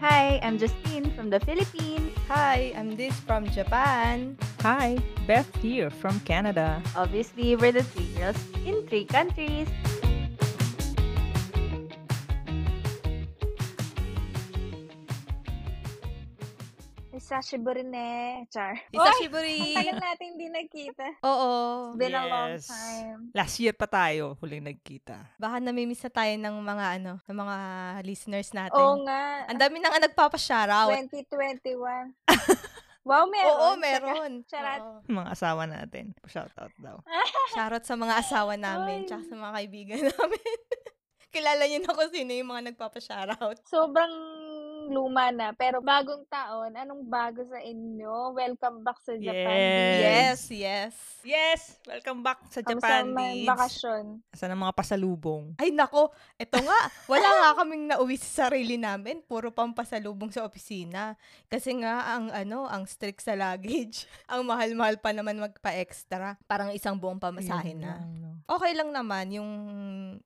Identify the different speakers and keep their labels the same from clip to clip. Speaker 1: Hi, I'm Justine from the Philippines.
Speaker 2: Hi, I'm This from Japan.
Speaker 3: Hi, Beth here from Canada.
Speaker 1: Obviously, we're the three girls in three countries.
Speaker 4: Hisashi Burine, eh, Char.
Speaker 2: Isashiburi!
Speaker 4: Tagal natin hindi nagkita.
Speaker 2: Oo.
Speaker 4: It's been a long
Speaker 3: Yes.
Speaker 4: time.
Speaker 3: Last year pa tayo huling nagkita.
Speaker 2: Baka namimiss na tayo ng mga ano, ng mga listeners
Speaker 1: Ano?
Speaker 2: natin.
Speaker 4: Oo nga.
Speaker 2: Ang dami nang nagpapashoutout.
Speaker 4: 2021. wow, meron.
Speaker 2: Oo,
Speaker 1: oh,
Speaker 2: meron.
Speaker 4: Charat.
Speaker 2: Oo.
Speaker 3: Mga asawa natin. Shoutout daw.
Speaker 2: Shoutout sa mga asawa
Speaker 4: Ay.
Speaker 2: namin, tsaka sa mga kaibigan namin. Kilala niyo na kung sino yung mga nagpapashoutout.
Speaker 4: Sobrang luma na. Pero bagong taon, anong bago sa inyo? Welcome back sa Japan.
Speaker 2: Yes,
Speaker 3: Yes.
Speaker 2: yes.
Speaker 3: Yes! Welcome back sa
Speaker 4: Kamusta
Speaker 3: Japan,
Speaker 4: naman
Speaker 3: Deeds.
Speaker 4: bakasyon?
Speaker 3: Saan ang mga pasalubong?
Speaker 2: Ay nako, eto nga, wala nga kaming nauwi sa sarili namin, puro pampasalubong sa opisina. Kasi nga ang ano, ang strict sa luggage. ang mahal-mahal pa naman magpa-extra, parang isang buong pamasahin
Speaker 3: Yun
Speaker 2: na.
Speaker 3: lang, no?
Speaker 2: Okay lang naman yung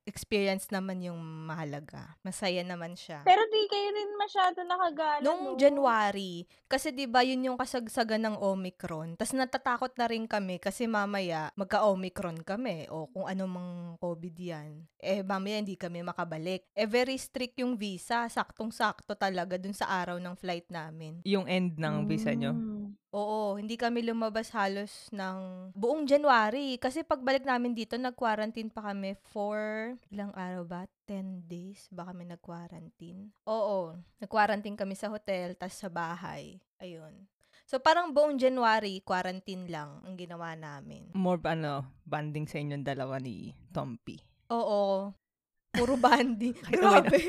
Speaker 2: experience naman yung mahalaga. Masaya naman siya.
Speaker 4: Pero di kayo rin masyado nakagala.
Speaker 2: Nung
Speaker 4: no?
Speaker 2: January, kasi 'di ba 'yun yung kasagsagan ng Omicron. Tapos natatakot na rin kami kasi mamaya magka-Omicron kami o kung ano mang COVID 'yan. Eh mamaya hindi kami makabalik. Eh very strict yung visa, saktong-sakto talaga dun sa araw ng flight namin.
Speaker 3: Yung end ng visa nyo.
Speaker 4: Mm.
Speaker 2: Oo, hindi kami lumabas halos ng buong January kasi pagbalik namin dito nag-quarantine pa kami for ilang araw ba? 10 days ba kami nag-quarantine? Oo, nag-quarantine kami sa hotel tas sa bahay. Ayun. So parang buong January quarantine lang ang ginawa namin.
Speaker 3: More ba, ano, banding sa inyong dalawa ni Tompi.
Speaker 2: Oo. Puro bandi.
Speaker 3: Kahit umay na.
Speaker 2: Grabe.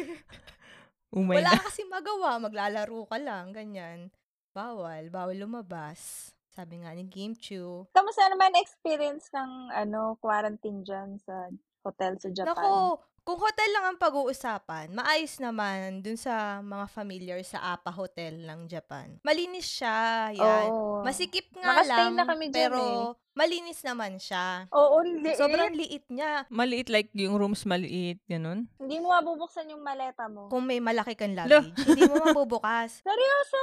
Speaker 3: Umay na.
Speaker 2: Wala ka kasi magawa, maglalaro ka lang, ganyan. Bawal, bawal lumabas. Sabi nga ni Game Chew,
Speaker 4: Kamusta naman experience ng ano quarantine dyan sa hotel sa Japan?
Speaker 2: Nako, kung hotel lang ang pag-uusapan, maayos naman dun sa mga familiar sa APA Hotel ng Japan. Malinis siya, yan.
Speaker 4: Oo.
Speaker 2: Masikip nga
Speaker 4: Nakastay
Speaker 2: lang,
Speaker 4: na kami dyan
Speaker 2: pero
Speaker 4: eh.
Speaker 2: malinis naman siya.
Speaker 4: Oo,
Speaker 3: Eh,
Speaker 4: liit.
Speaker 2: Sobrang liit niya.
Speaker 3: Maliit, like yung rooms maliit, ganun.
Speaker 4: Hindi mo mabubuksan yung maleta mo.
Speaker 2: Kung may malaki kang
Speaker 3: Lo.
Speaker 2: luggage, hindi mo mabubukas.
Speaker 4: Seryoso!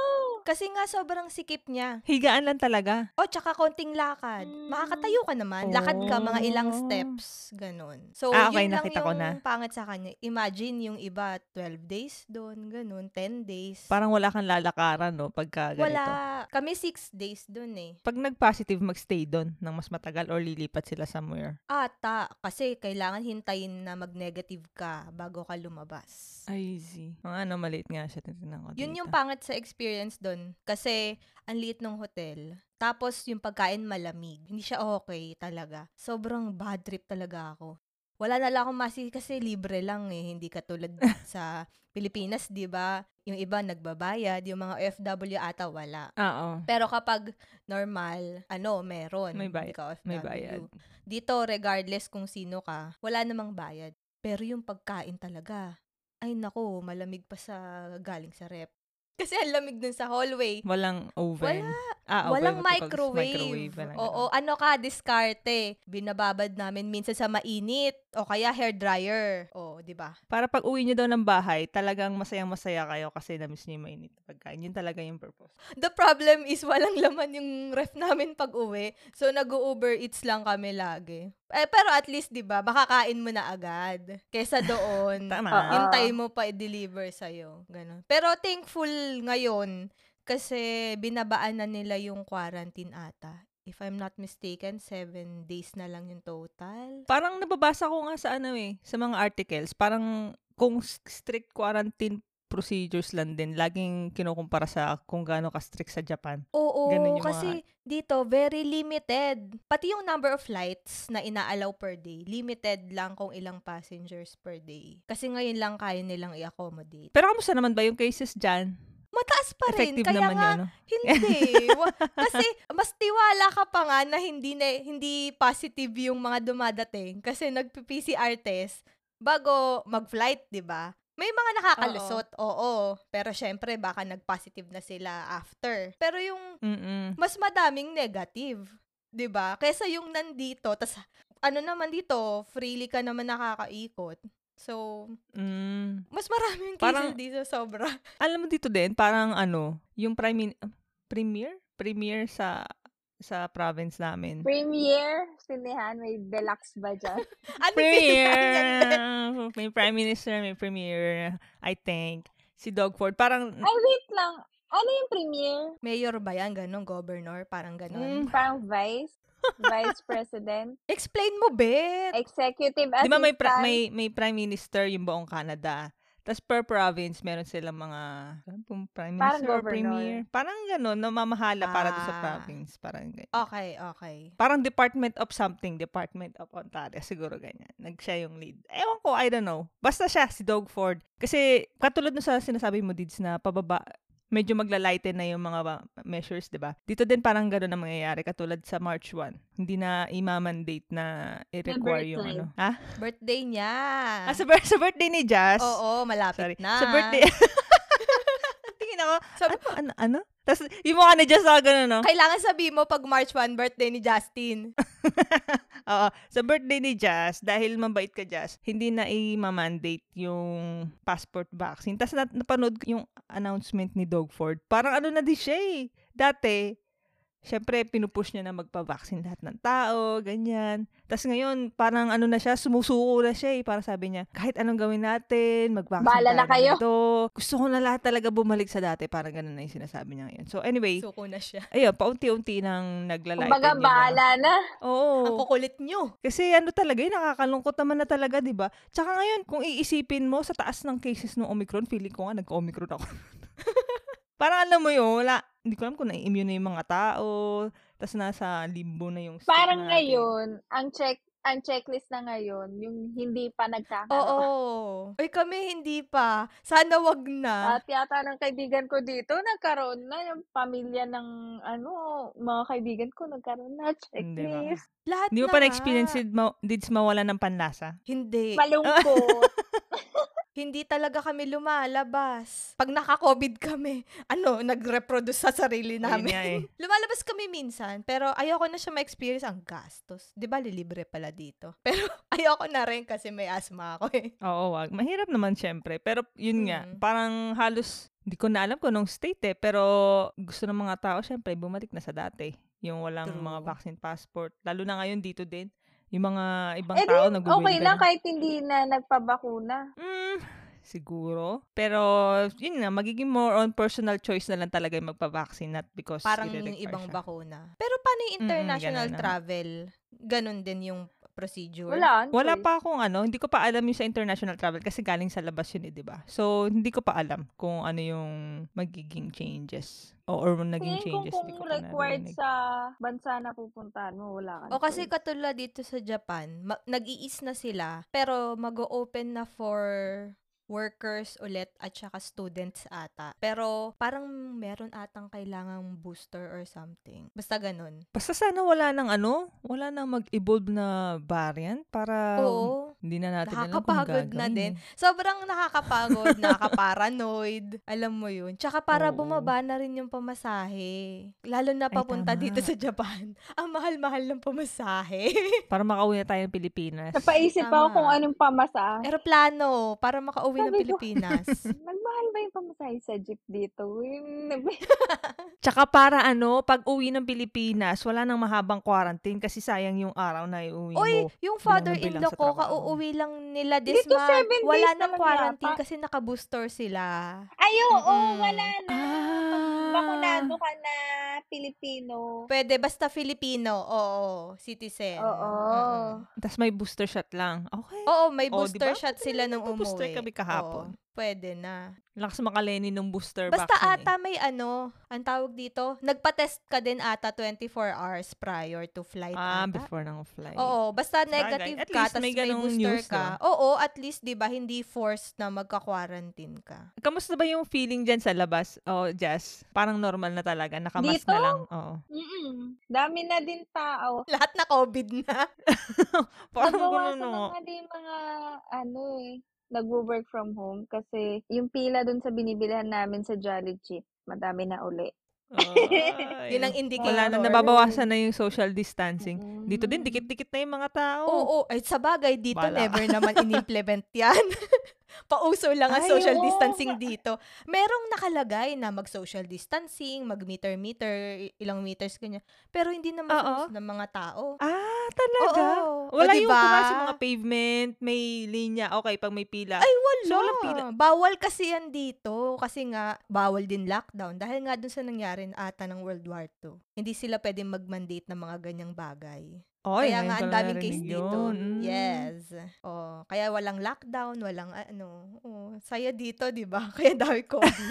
Speaker 2: Kasi nga sobrang sikip niya.
Speaker 3: Higaan lang talaga.
Speaker 2: O, tsaka konting lakad.
Speaker 4: Mm.
Speaker 2: Makakatayo ka naman. Lakad ka mga ilang
Speaker 3: Oh.
Speaker 2: steps. Ganon. So,
Speaker 3: Ah, okay,
Speaker 2: yun lang
Speaker 3: nakita
Speaker 2: yung
Speaker 3: ko na.
Speaker 2: pangit sa kanya. Imagine yung iba, 12 days doon, ganon, 10 days.
Speaker 3: Parang wala kang lalakaran, no? Pagka ganito.
Speaker 2: Wala. Kami six days dun eh.
Speaker 3: Pag nag-positive, magstay doon ng mas matagal or lilipat sila somewhere.
Speaker 2: Ata, kasi kailangan hintayin na mag-negative ka bago ka lumabas.
Speaker 3: I see. Mga ano, maliit nga siya. Tinitingnan ko
Speaker 2: Yun
Speaker 3: dito.
Speaker 2: yung pangit sa experience dun. Kasi, ang liit ng hotel. Tapos, yung pagkain malamig. Hindi siya okay talaga. Sobrang bad trip talaga ako. Wala na lang akong masi kasi libre lang eh. Hindi katulad sa Pilipinas, di ba? Yung iba nagbabayad. Yung mga OFW ata wala.
Speaker 3: Oo.
Speaker 2: Pero kapag normal, ano, meron.
Speaker 3: May bayad.
Speaker 2: Hindi ka OFW.
Speaker 3: May bayad.
Speaker 2: Dito, regardless kung sino ka, wala namang bayad. Pero yung pagkain talaga, ay nako, malamig pa sa galing sa rep. Kasi ang lamig dun sa hallway.
Speaker 3: Walang oven.
Speaker 2: Wala.
Speaker 3: Ah, oven,
Speaker 2: Walang
Speaker 3: what they call this,
Speaker 2: microwave.
Speaker 3: microwave wala
Speaker 2: Oo,
Speaker 3: ganun.
Speaker 2: ano ka, diskarte. Binababad namin minsan sa mainit o kaya hair dryer. O, di ba?
Speaker 3: Para pag uwi nyo daw ng bahay, talagang masayang-masaya kayo kasi na-miss nyo yung mainit na pagkain. Yun talaga yung purpose.
Speaker 2: The problem is walang laman yung ref namin pag uwi. So, nag-Uber Eats lang kami lagi. Eh, pero at least, di ba, makakain mo na agad. Kesa doon,
Speaker 3: Tama.
Speaker 4: Oo.
Speaker 2: hintay mo pa i-deliver sa'yo. Ganun. Pero thankful ngayon kasi binabaan na nila yung quarantine ata. If I'm not mistaken, seven days na lang yung total.
Speaker 3: Parang nababasa ko nga sa ano eh, sa mga articles, parang kung s- strict quarantine procedures lang din, laging kinukumpara sa kung gaano ka-strict sa Japan.
Speaker 2: Oo,
Speaker 3: Ganun yung
Speaker 2: kasi dito, very limited. Pati yung number of flights na inaalaw per day, limited lang kung ilang passengers per day. Kasi ngayon lang kaya nilang i-accommodate.
Speaker 3: Pero kamusta naman ba yung cases dyan?
Speaker 2: Mataas pa rin.
Speaker 3: Effective
Speaker 2: kaya
Speaker 3: naman
Speaker 2: nga,
Speaker 3: yun, no?
Speaker 2: Hindi. Wa- kasi mas tiwala ka pa nga na hindi na, hindi positive yung mga dumadating kasi nagpi-PCR test bago mag-flight, 'di ba? May mga nakakalusot, oo. Pero syempre baka nag-positive na sila after. Pero yung
Speaker 3: Mm-mm.
Speaker 2: mas madaming negative, 'di ba? Kaysa yung nandito tas ano naman dito, freely ka naman nakakaikot. So,
Speaker 3: Mm.
Speaker 2: mas marami yung cases
Speaker 3: Parang-
Speaker 2: dito sobra.
Speaker 3: Alam mo dito din, parang ano, yung prime min- premier? Premier sa sa province namin.
Speaker 4: Premiere, sinihan, may deluxe ba dyan?
Speaker 2: Ano yun?
Speaker 3: Premier! may prime minister, may premier, I think. Si Dogford, parang...
Speaker 4: Ay, wait lang. Ano yung premiere?
Speaker 2: Mayor ba yan? Ganon, governor? Parang
Speaker 3: Mm.
Speaker 2: ganon.
Speaker 4: Parang vice? Vice president?
Speaker 2: Explain mo, bet!
Speaker 4: Executive assistant?
Speaker 3: Di ba may, pra- may, may prime minister yung buong Canada? Tapos per province, meron silang mga ano pong prime
Speaker 4: Parang
Speaker 3: minister or
Speaker 4: governor.
Speaker 3: premier. Parang gano'n, namamahala para doon sa
Speaker 2: Ah.
Speaker 3: province. Parang ganyan.
Speaker 2: Okay, okay.
Speaker 3: Parang Department of something, Department of Ontario, siguro ganyan. Nag siya yung lead. Ewan ko, I don't know. Basta siya, si Doug Ford. Kasi katulad nung sa sinasabi mo, Dids, na pababa, medyo maglalighten na yung mga ba- measures, di ba? Dito din parang gano'n ang mangyayari, katulad sa March 1. Hindi na i-mandate na i-require yung ano.
Speaker 4: birthday.
Speaker 3: Ha?
Speaker 2: Birthday Ah. niya.
Speaker 3: Ah, sa, bir- sa birthday ni Jazz.
Speaker 2: Oo, malapit
Speaker 3: Sorry.
Speaker 2: na.
Speaker 3: Sa birthday. Tingin ako,
Speaker 2: Sabi-
Speaker 3: ano, ano, ano? Tapos, yung mukha ni Jazz ako ganun, no?
Speaker 2: Kailangan sabihin mo pag March 1, birthday ni Justin.
Speaker 3: Oo. Sa birthday ni Jazz, dahil mabait ka Jazz, hindi na i-mandate yung passport vaccine. Tapos nat- napanood ko yung announcement ni Dogford. Parang ano na din siya eh. Dati, syempre pinupush niya na magpa-vaccine lahat ng tao, ganyan. Tapos ngayon, parang ano na siya, sumusuko na siya eh. Parang sabi niya, kahit anong gawin natin, mag-vaccine
Speaker 4: Bahala
Speaker 3: tayo
Speaker 4: na kayo.
Speaker 3: ganito. Gusto ko na lahat talaga bumalik sa dati. Parang ganun na yung sinasabi niya ngayon. So anyway,
Speaker 2: Suko na siya.
Speaker 3: ayun, paunti-unti nang naglalighten
Speaker 4: Kumbaga,
Speaker 3: yung mga-
Speaker 4: bahala na.
Speaker 3: Oo.
Speaker 2: Ang kukulit nyo.
Speaker 3: Kasi ano talaga, yun, nakakalungkot naman na talaga, di ba? Tsaka ngayon, kung iisipin mo sa taas ng cases ng Omicron, feeling ko nga nagka-Omicron ako. Parang alam mo yun, wala, hindi ko alam kung na-immune na yung mga tao, tas nasa limbo na yung state
Speaker 4: Parang
Speaker 3: natin.
Speaker 4: ngayon, ang check ang checklist na ngayon, yung hindi pa nagkakaroon.
Speaker 2: Oo. Uy, kami hindi pa. Sana wag
Speaker 3: ah.
Speaker 2: na.
Speaker 4: At yata ng kaibigan ko dito, nagkaroon na yung pamilya ng, ano, mga kaibigan ko, nagkaroon na
Speaker 3: Hindi ba?
Speaker 4: checklist.
Speaker 2: Lahat
Speaker 3: Hindi mo
Speaker 2: na
Speaker 3: pa
Speaker 2: nga.
Speaker 3: na-experience did, ma- dids mawala ng panlasa?
Speaker 2: Hindi.
Speaker 4: Malungkot.
Speaker 2: hindi talaga kami lumalabas. Pag naka-COVID kami, ano, nag-reproduce sa sarili
Speaker 3: Ayun
Speaker 2: namin.
Speaker 3: nga eh.
Speaker 2: Lumalabas kami minsan, pero ayoko na siya ma-experience ang gastos. 'Di ba lilibre pala dito? Pero ayoko na rin kasi may asthma ako eh.
Speaker 3: Oo, wag. Mahirap naman syempre. Pero yun nga,
Speaker 2: Mm.
Speaker 3: parang halos, hindi ko na alam kung anong state eh. Pero gusto ng mga tao syempre, bumalik na sa dati. Yung walang
Speaker 2: True.
Speaker 3: mga vaccine passport. Lalo na ngayon dito din. Yung mga ibang
Speaker 4: Eh, di,
Speaker 3: tao nag-win
Speaker 4: okay lang kahit hindi na nagpabakuna.
Speaker 3: Mm, siguro. Pero, yun nga, magiging more on personal choice na lang talaga yung magpa-vaccine. Not because
Speaker 2: Parang
Speaker 3: i-require
Speaker 2: yung ibang
Speaker 3: siya.
Speaker 2: bakuna. Pero paano yung
Speaker 3: Mm,
Speaker 2: international
Speaker 3: ganun na.
Speaker 2: travel? Ganon din yung procedure.
Speaker 4: Wala. ang
Speaker 3: Wala
Speaker 4: choice.
Speaker 3: pa akong ano, hindi ko pa alam yung sa international travel kasi galing sa labas yun eh, di ba? So, hindi ko pa alam kung ano yung magiging changes o or naging
Speaker 4: Tingin ko
Speaker 3: changes.
Speaker 4: kung
Speaker 3: Hindi ko pa
Speaker 4: required
Speaker 3: narinig.
Speaker 4: sa bansa na pupuntahan mo, wala ka.
Speaker 2: O
Speaker 4: ng
Speaker 2: kasi
Speaker 4: choice.
Speaker 2: katulad dito sa Japan, ma- nag-iis na sila, pero mag-o-open na for workers ulit at saka students ata. Pero parang meron atang kailangang booster or something. Basta ganun.
Speaker 3: Basta sana wala nang ano, wala nang mag-evolve na variant para
Speaker 2: Oo.
Speaker 3: hindi na natin alam kung
Speaker 2: Nakakapagod
Speaker 3: gagawin.
Speaker 2: na din.
Speaker 3: eh.
Speaker 2: Sobrang nakakapagod, nakakaparanoid. Alam mo yun. Tsaka para
Speaker 3: Oo.
Speaker 2: bumaba na rin yung pamasahe. Lalo na
Speaker 3: Ay,
Speaker 2: papunta
Speaker 3: tama.
Speaker 2: dito sa Japan. Ang mahal-mahal ng pamasahe.
Speaker 3: Para makauwi na tayo ng Pilipinas.
Speaker 4: Napaisip
Speaker 2: Tama.
Speaker 4: ako kung anong pamasahe.
Speaker 2: Eroplano, para makauwi ng
Speaker 4: Sabi ko.
Speaker 2: Pilipinas.
Speaker 4: Nagmahal ba yung pamasahe sa jeep dito? Yung-
Speaker 3: Tsaka para ano, pag uwi ng Pilipinas, wala nang mahabang quarantine kasi sayang yung araw na iuwi
Speaker 2: Oy,
Speaker 3: mo. bilang
Speaker 2: yung father-in-law
Speaker 3: bilang sa
Speaker 2: ko,
Speaker 3: trabaho.
Speaker 2: kauuwi lang nila this
Speaker 4: Dito,
Speaker 2: month.
Speaker 4: seven days
Speaker 2: Wala
Speaker 4: na
Speaker 2: nang
Speaker 4: lang
Speaker 2: quarantine
Speaker 4: yata.
Speaker 2: kasi naka-booster sila.
Speaker 4: Ay, oo,
Speaker 2: Mm-mm.
Speaker 4: wala na.
Speaker 3: Ah.
Speaker 4: Bakunado ka na, Pilipino.
Speaker 2: Pwede, basta Filipino. Oo, citizen.
Speaker 4: Oo.
Speaker 2: Mm-mm.
Speaker 3: Tapos Ah! may booster shot lang. Okay.
Speaker 2: Oo, may
Speaker 3: Oh,
Speaker 2: booster
Speaker 3: diba?
Speaker 2: shot sila nung umuwi.
Speaker 3: Nagpo-booster kami kahapon.
Speaker 2: Oo, pwede na.
Speaker 3: Lakas makaleni ng booster
Speaker 2: Basta
Speaker 3: vaccine. eh.
Speaker 2: ata may ano, ang tawag dito, nagpa-test ka din ata 24 hours prior
Speaker 3: eh.
Speaker 2: to flight
Speaker 3: Ah,
Speaker 2: ata.
Speaker 3: before ng flight.
Speaker 2: Oo, basta
Speaker 3: Sabagay.
Speaker 2: negative
Speaker 3: At
Speaker 2: ka,
Speaker 3: least
Speaker 2: tapos
Speaker 3: may
Speaker 2: may,
Speaker 3: ganong
Speaker 2: booster
Speaker 3: news,
Speaker 2: ka. Oo, at least, di ba, hindi forced na magka-quarantine ka.
Speaker 3: Kamusta ba yung feeling dyan sa labas? Oh, Jazz, parang normal na talaga. Nakamask
Speaker 4: Dito?
Speaker 3: na lang. Oo.
Speaker 4: Mm-mm. Dami na din tao.
Speaker 2: Lahat na COVID na.
Speaker 3: Parang gulo,
Speaker 4: Nagbawasan
Speaker 3: Ano no?
Speaker 4: na nga din mga, ano eh, nagwo-work from home kasi yung pila dun sa binibilihan namin sa Jollibee, madami na uli.
Speaker 3: Ay.
Speaker 2: Yun ang indicator.
Speaker 3: Wala na, nababawasan na yung social distancing.
Speaker 4: Mm.
Speaker 3: Dito din, dikit-dikit na yung mga tao.
Speaker 2: Oo, ay sa bagay dito
Speaker 3: Wala.
Speaker 2: never naman in-implement 'yan. Pauso lang ang
Speaker 3: Ay,
Speaker 2: social
Speaker 3: oo.
Speaker 2: distancing dito. Merong nakalagay na mag-social distancing, mag-meter-meter, ilang meters kanya. Pero hindi naman
Speaker 3: Oo.
Speaker 2: sinusunod ng mga tao.
Speaker 3: Ah, talaga?
Speaker 2: Oo.
Speaker 3: Wala
Speaker 2: O, diba?
Speaker 3: yung kumakain sa mga pavement, may linya. Okay, pag may pila.
Speaker 2: Ay, wala.
Speaker 3: So, walang pila-
Speaker 2: Bawal kasi yan dito. Kasi nga, bawal din lockdown. Dahil nga dun sa nangyari na ata ng World War II. Hindi sila pwede mag-mandate ng mga ganyang bagay.
Speaker 3: Oy,
Speaker 2: kaya
Speaker 3: ngayon ko
Speaker 2: nga, ang
Speaker 3: lang
Speaker 2: daming
Speaker 3: narinig
Speaker 2: case dito.
Speaker 3: yun. Mm.
Speaker 2: Yes. Oh, kaya walang lockdown, walang ano. Oh, saya dito, di ba? Kaya dami COVID.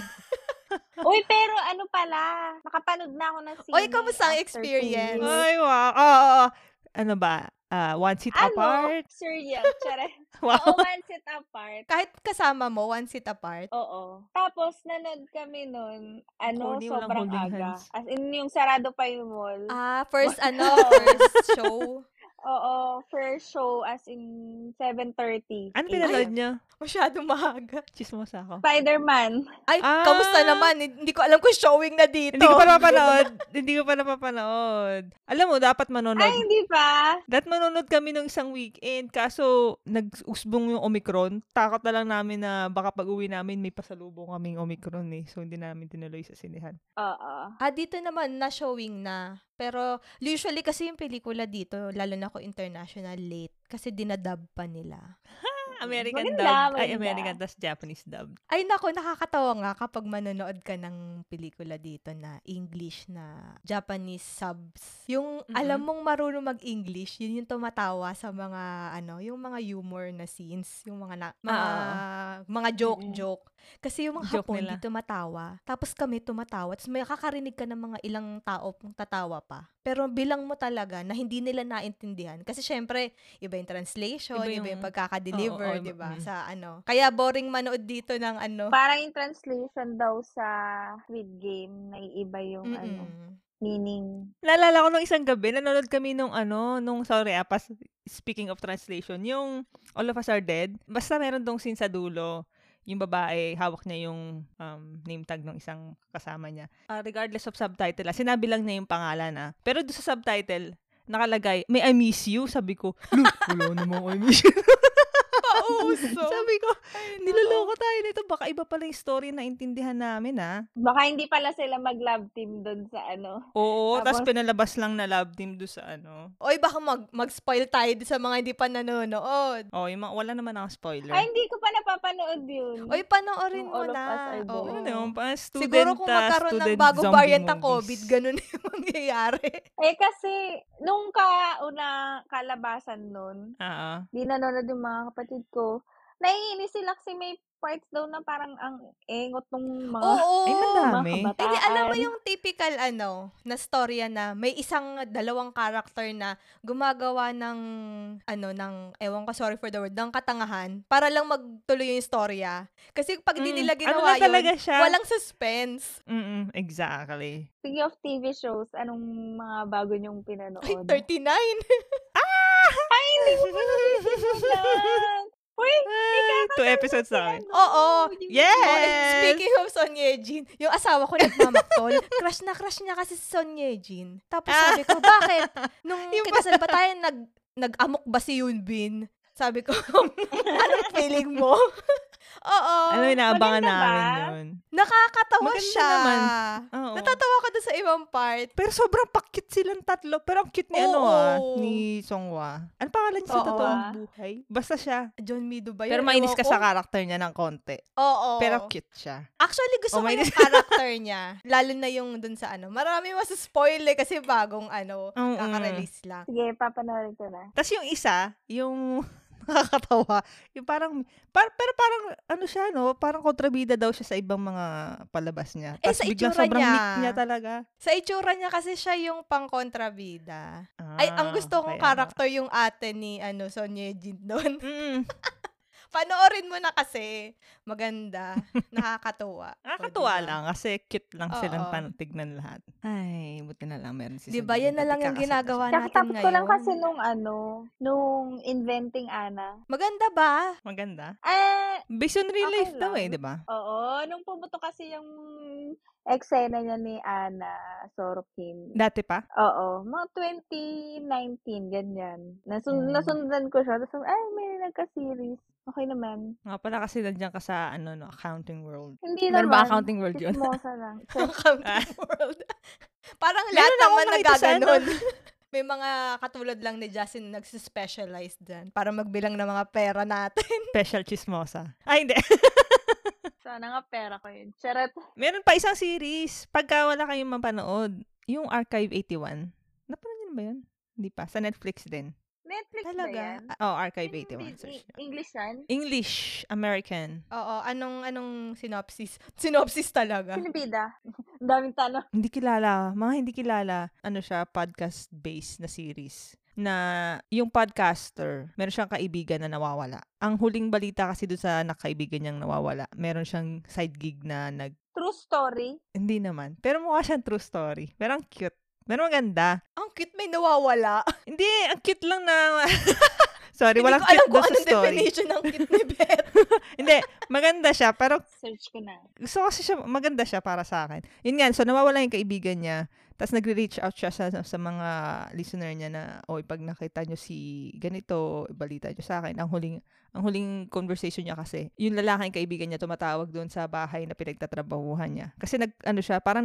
Speaker 4: Uy, pero ano pala, nakapanood na ako ng sine.
Speaker 2: Uy, kamusta ang
Speaker 4: after two years.
Speaker 2: experience?
Speaker 3: Ay, wow. Oo, oo. Ano ba? Ah, one seat
Speaker 4: Ano?
Speaker 3: apart?
Speaker 4: Serial. Tsara. Oo,
Speaker 3: Wow.
Speaker 4: one set apart.
Speaker 2: Kahit kasama mo, one seat apart.
Speaker 4: Oo. Tapos, nanood kami nun, ano,
Speaker 3: Corny, walang
Speaker 4: sobrang
Speaker 3: holding
Speaker 4: aga.
Speaker 3: hands.
Speaker 4: As in, yung sarado pa yung mall.
Speaker 2: Ah, first ano,
Speaker 4: Oo.
Speaker 2: first show.
Speaker 4: Oo, first show, as in, 7.30.
Speaker 3: Ano pinanood niyo?
Speaker 2: Masyadong maaga.
Speaker 3: Chismosa ako.
Speaker 4: Spider-Man.
Speaker 2: Ay,
Speaker 3: Ah.
Speaker 2: kamusta naman? Hindi ko alam kung showing na dito.
Speaker 3: Hindi ko pa napapanood. Hindi ko pa napapanood. Alam mo, dapat manonood.
Speaker 4: Ay, hindi pa.
Speaker 3: Dapat manonood kami ng isang weekend. Kaso, nag-usbong yung Omicron. Takot na lang namin na baka pag-uwi namin, may pasalubong kaming Omicron eh. So, hindi namin tinuloy sa sinehan.
Speaker 4: Oo.
Speaker 2: Ah, dito naman, na-showing na. Pero usually kasi yung pelikula dito, lalo na ako international late, kasi dinadub pa nila.
Speaker 3: American
Speaker 4: Maganda,
Speaker 3: dubbed. Ay,
Speaker 4: maganda.
Speaker 3: American tas Japanese dubbed.
Speaker 2: Ay nako, nakakatawa nga kapag manonood ka ng pelikula dito na English na Japanese subs. Yung
Speaker 3: Mhm.
Speaker 2: alam mong marunong mag-English, yun yung tumatawa sa mga ano, yung mga humor na scenes, yung mga na, mga mga joke-joke. Kasi yung mga
Speaker 3: Ah, Joke
Speaker 2: Hapon
Speaker 3: nila.
Speaker 2: di tumatawa. Tapos kami tumatawa. Tapos may kakarinig ka ng mga ilang tao pong tatawa pa. Pero bilang mo talaga na hindi nila naintindihan. Kasi syempre, iba yung translation,
Speaker 3: Iba
Speaker 2: iba
Speaker 3: yung-
Speaker 2: yung, pagkakadeliver,
Speaker 3: Oo, oo, iba-
Speaker 2: di ba?
Speaker 3: mm.
Speaker 2: Sa ano. Kaya boring manood dito ng ano.
Speaker 4: Parang yung translation daw sa Squid Game, naiiba yung
Speaker 2: Mm-mm.
Speaker 4: ano, meaning.
Speaker 3: Naalala ko nung isang gabi, nanonood kami nung ano, nung, sorry ah, pas, speaking of translation, yung All of Us Are Dead. Basta meron dong scene sa dulo. Yung babae, hawak niya yung um, name tag ng isang kasama niya. Ah, regardless of subtitle, ah, sinabi lang niya yung pangalan ah. Pero doon sa subtitle, nakalagay, may I miss you. Sabi ko, "Lu, wala namang I miss you.
Speaker 2: Pauso.
Speaker 3: Sabi ko,
Speaker 2: Ay, nako.
Speaker 3: niloloko tayo nito. Baka iba pala yung story na intindihan namin ah.
Speaker 4: Baka hindi pala sila mag-love team doon sa ano.
Speaker 3: Oo, tapos
Speaker 4: Tapos-
Speaker 3: pinalabas lang na love team doon sa ano.
Speaker 2: Oy, baka mag, mag-spoil tayo dun sa mga hindi pa nanonood.
Speaker 3: Oh, yung mga, wala naman ako spoiler.
Speaker 4: Ay, hindi ko pa napapanood yun.
Speaker 2: Oy, panoorin
Speaker 4: Yung
Speaker 2: mo
Speaker 4: All of
Speaker 2: na.
Speaker 4: Us Are
Speaker 2: Oo.
Speaker 4: Dead.
Speaker 3: Ano naman, pa student
Speaker 2: Siguro kung
Speaker 3: ah,
Speaker 2: magkaroon ng
Speaker 3: student
Speaker 2: bagong
Speaker 3: zombie
Speaker 2: variant ng
Speaker 3: movies.
Speaker 2: COVID, ganun yung mangyayari.
Speaker 4: Eh kasi, nung kauna kalabasan nun,
Speaker 3: Oo.
Speaker 4: di nanonood yung mga kapatid ko, naiinis sila kasi may parts daw na parang ang engot ng mga,
Speaker 2: Oo.
Speaker 3: Ay,
Speaker 4: mga
Speaker 3: madami.
Speaker 4: kabataan.
Speaker 2: Hindi, alam mo yung typical ano, na storya na may isang dalawang karakter na gumagawa ng ano ng ewan ko sorry for the word, ng katangahan para lang magtuloy yung storya. Kasi pag di
Speaker 3: Mm,
Speaker 2: nila
Speaker 3: ano
Speaker 2: ginawa
Speaker 3: na talaga
Speaker 2: yun,
Speaker 3: siya?
Speaker 2: walang suspense.
Speaker 3: Mm-mm, exactly.
Speaker 4: Speaking of TV shows, anong mga bago niyong
Speaker 2: Ay,
Speaker 3: Ano?
Speaker 4: pinanood?
Speaker 2: 39.
Speaker 4: Ay, hindi ko pa naisipulan. Uy,
Speaker 3: Two episodes na kami.
Speaker 2: Oo.
Speaker 4: ano?
Speaker 2: Oh, and
Speaker 3: Yes!
Speaker 2: speaking of Son Yejin, yung asawa ko nagmamaktol, crush na crush niya kasi si Son Yejin. Tapos sabi ko, bakit? Nung
Speaker 3: Ah. Yung
Speaker 2: kinasal ba tayo, nag, nag-amok ba si Yunbin? Sabi ko, anong feeling mo? Oo.
Speaker 3: Ano yung naabangan
Speaker 4: Maganda ba?
Speaker 3: namin yun?
Speaker 2: Nakakatawa
Speaker 3: Maganda
Speaker 2: siya.
Speaker 3: naman. Oo.
Speaker 2: Natatawa ko doon sa ibang part.
Speaker 3: pero sobrang pakit silang tatlo. Pero ang cute ni ano
Speaker 2: Oo.
Speaker 3: ah, ni Songhwa. Ano pangalan niya sa
Speaker 2: Oo,
Speaker 3: totoong
Speaker 4: ah.
Speaker 3: buhay? Basta siya.
Speaker 2: John Mido ba yun?
Speaker 3: Pero mainis
Speaker 2: Ewan
Speaker 3: ka
Speaker 2: ko.
Speaker 3: sa karakter niya ng konti.
Speaker 2: Oo.
Speaker 3: Pero cute siya.
Speaker 2: Actually, gusto
Speaker 3: Oh,
Speaker 2: ko
Speaker 3: may-
Speaker 2: yung character niya. Lalo na yung dun sa ano. Marami masaspoil eh kasi bagong ano,
Speaker 3: Oo.
Speaker 2: kakarelease lang.
Speaker 4: Sige, papanoorin ko na.
Speaker 3: Tapos yung isa, yung nakakatawa, yung parang, par- pero parang, ano siya, no? Parang kontrabida daw siya sa ibang mga palabas niya.
Speaker 2: Eh,
Speaker 3: Tapos
Speaker 2: sa
Speaker 3: biglang
Speaker 2: itsura
Speaker 3: sobrang
Speaker 2: niya.
Speaker 3: meek niya talaga.
Speaker 2: Sa itsura niya kasi siya yung pangkontrabida. Ay,
Speaker 3: Ah,
Speaker 2: ang gusto kong
Speaker 3: karakter.
Speaker 2: karakter yung ate ni ano, Sonia Jean doon.
Speaker 3: Mm.
Speaker 2: Panoorin mo na kasi. Maganda. Nakakatuwa.
Speaker 3: Nakakatuwa
Speaker 2: O, diba?
Speaker 3: lang kasi cute lang
Speaker 2: Oo.
Speaker 3: silang panatignan lahat. Ay, buti na lang meron si
Speaker 2: Diba,
Speaker 3: Sanjay,
Speaker 2: yan na
Speaker 3: pati
Speaker 2: lang yung
Speaker 3: kakasal na
Speaker 2: ginagawa
Speaker 3: siya.
Speaker 2: natin
Speaker 4: Kakatapos ko
Speaker 2: ngayon.
Speaker 4: lang kasi nung ano, nung Inventing Anna.
Speaker 2: Maganda ba?
Speaker 3: Maganda.
Speaker 4: Eh,
Speaker 3: Based on real
Speaker 4: Okay
Speaker 3: life daw
Speaker 4: lang.
Speaker 3: eh, di ba?
Speaker 4: oo, nung pumuto kasi yung eksena niya ni Ana Sorokin.
Speaker 3: Dati pa?
Speaker 4: Oo, mga 2019, ganyan. Nasun-
Speaker 3: Mm.
Speaker 4: Nasundan ko siya, tapos ay, may nagka-series. Okay naman.
Speaker 3: Nga pala kasi nandiyan ka sa ano, no, accounting world.
Speaker 4: Hindi
Speaker 3: Meron
Speaker 4: naman.
Speaker 3: ba accounting world yun?
Speaker 4: Chismosa lang.
Speaker 2: Ang Counting World. Parang lahat
Speaker 3: Meron akong
Speaker 2: naman
Speaker 3: nakita sa ano.
Speaker 2: nagkaganon. May mga katulad lang ni Justin na nagsispecialize dyan para magbilang ng mga pera natin.
Speaker 3: Special chismosa. Ay, hindi.
Speaker 4: Sana nga pera ko yun. Charot.
Speaker 3: Meron pa isang series. Pagka wala kayong mapanood, yung Archive 81. Napanood niyo na ba yun? Hindi pa. Sa Netflix din.
Speaker 4: Netflix ba yan?
Speaker 2: Talaga?
Speaker 3: Oh, Archive
Speaker 4: Yun yung
Speaker 3: 81.
Speaker 4: bi-
Speaker 3: Search.
Speaker 4: i- English yan?
Speaker 3: English, American.
Speaker 2: Oo, anong anong synopsis? Synopsis talaga.
Speaker 4: Pilipida. Ang daming tanong.
Speaker 3: Hindi kilala. Mga hindi kilala. Ano siya, podcast-based na series na yung podcaster, meron siyang kaibigan na nawawala. Ang huling balita kasi doon sa nakaibigan niyang nawawala, meron siyang side gig na nag
Speaker 4: True story.
Speaker 3: Hindi naman. Pero mukha siyang true story. Pero ang cute. Pero maganda.
Speaker 2: Ang cute may nawawala.
Speaker 3: Hindi, ang cute lang na... Sorry,
Speaker 2: Hindi
Speaker 3: walang
Speaker 2: ko alam
Speaker 3: cute
Speaker 2: kung
Speaker 3: doon sa
Speaker 2: anong
Speaker 3: story.
Speaker 2: definition ng cute ni Beth.
Speaker 3: Hindi, maganda siya. Pero
Speaker 4: Search ko na.
Speaker 3: gusto ko kasi siya, maganda siya para sa akin. Yun nga, so nawawala yung kaibigan niya. Tapos nagre-reach out siya sa, sa mga listener niya na, oy, pag nakita niyo si ganito, balita niyo sa akin. Ang huling, ang huling conversation niya kasi, yung lalaking kaibigan niya tumatawag doon sa bahay na pinagtatrabahuhan niya. Kasi nag, ano siya, parang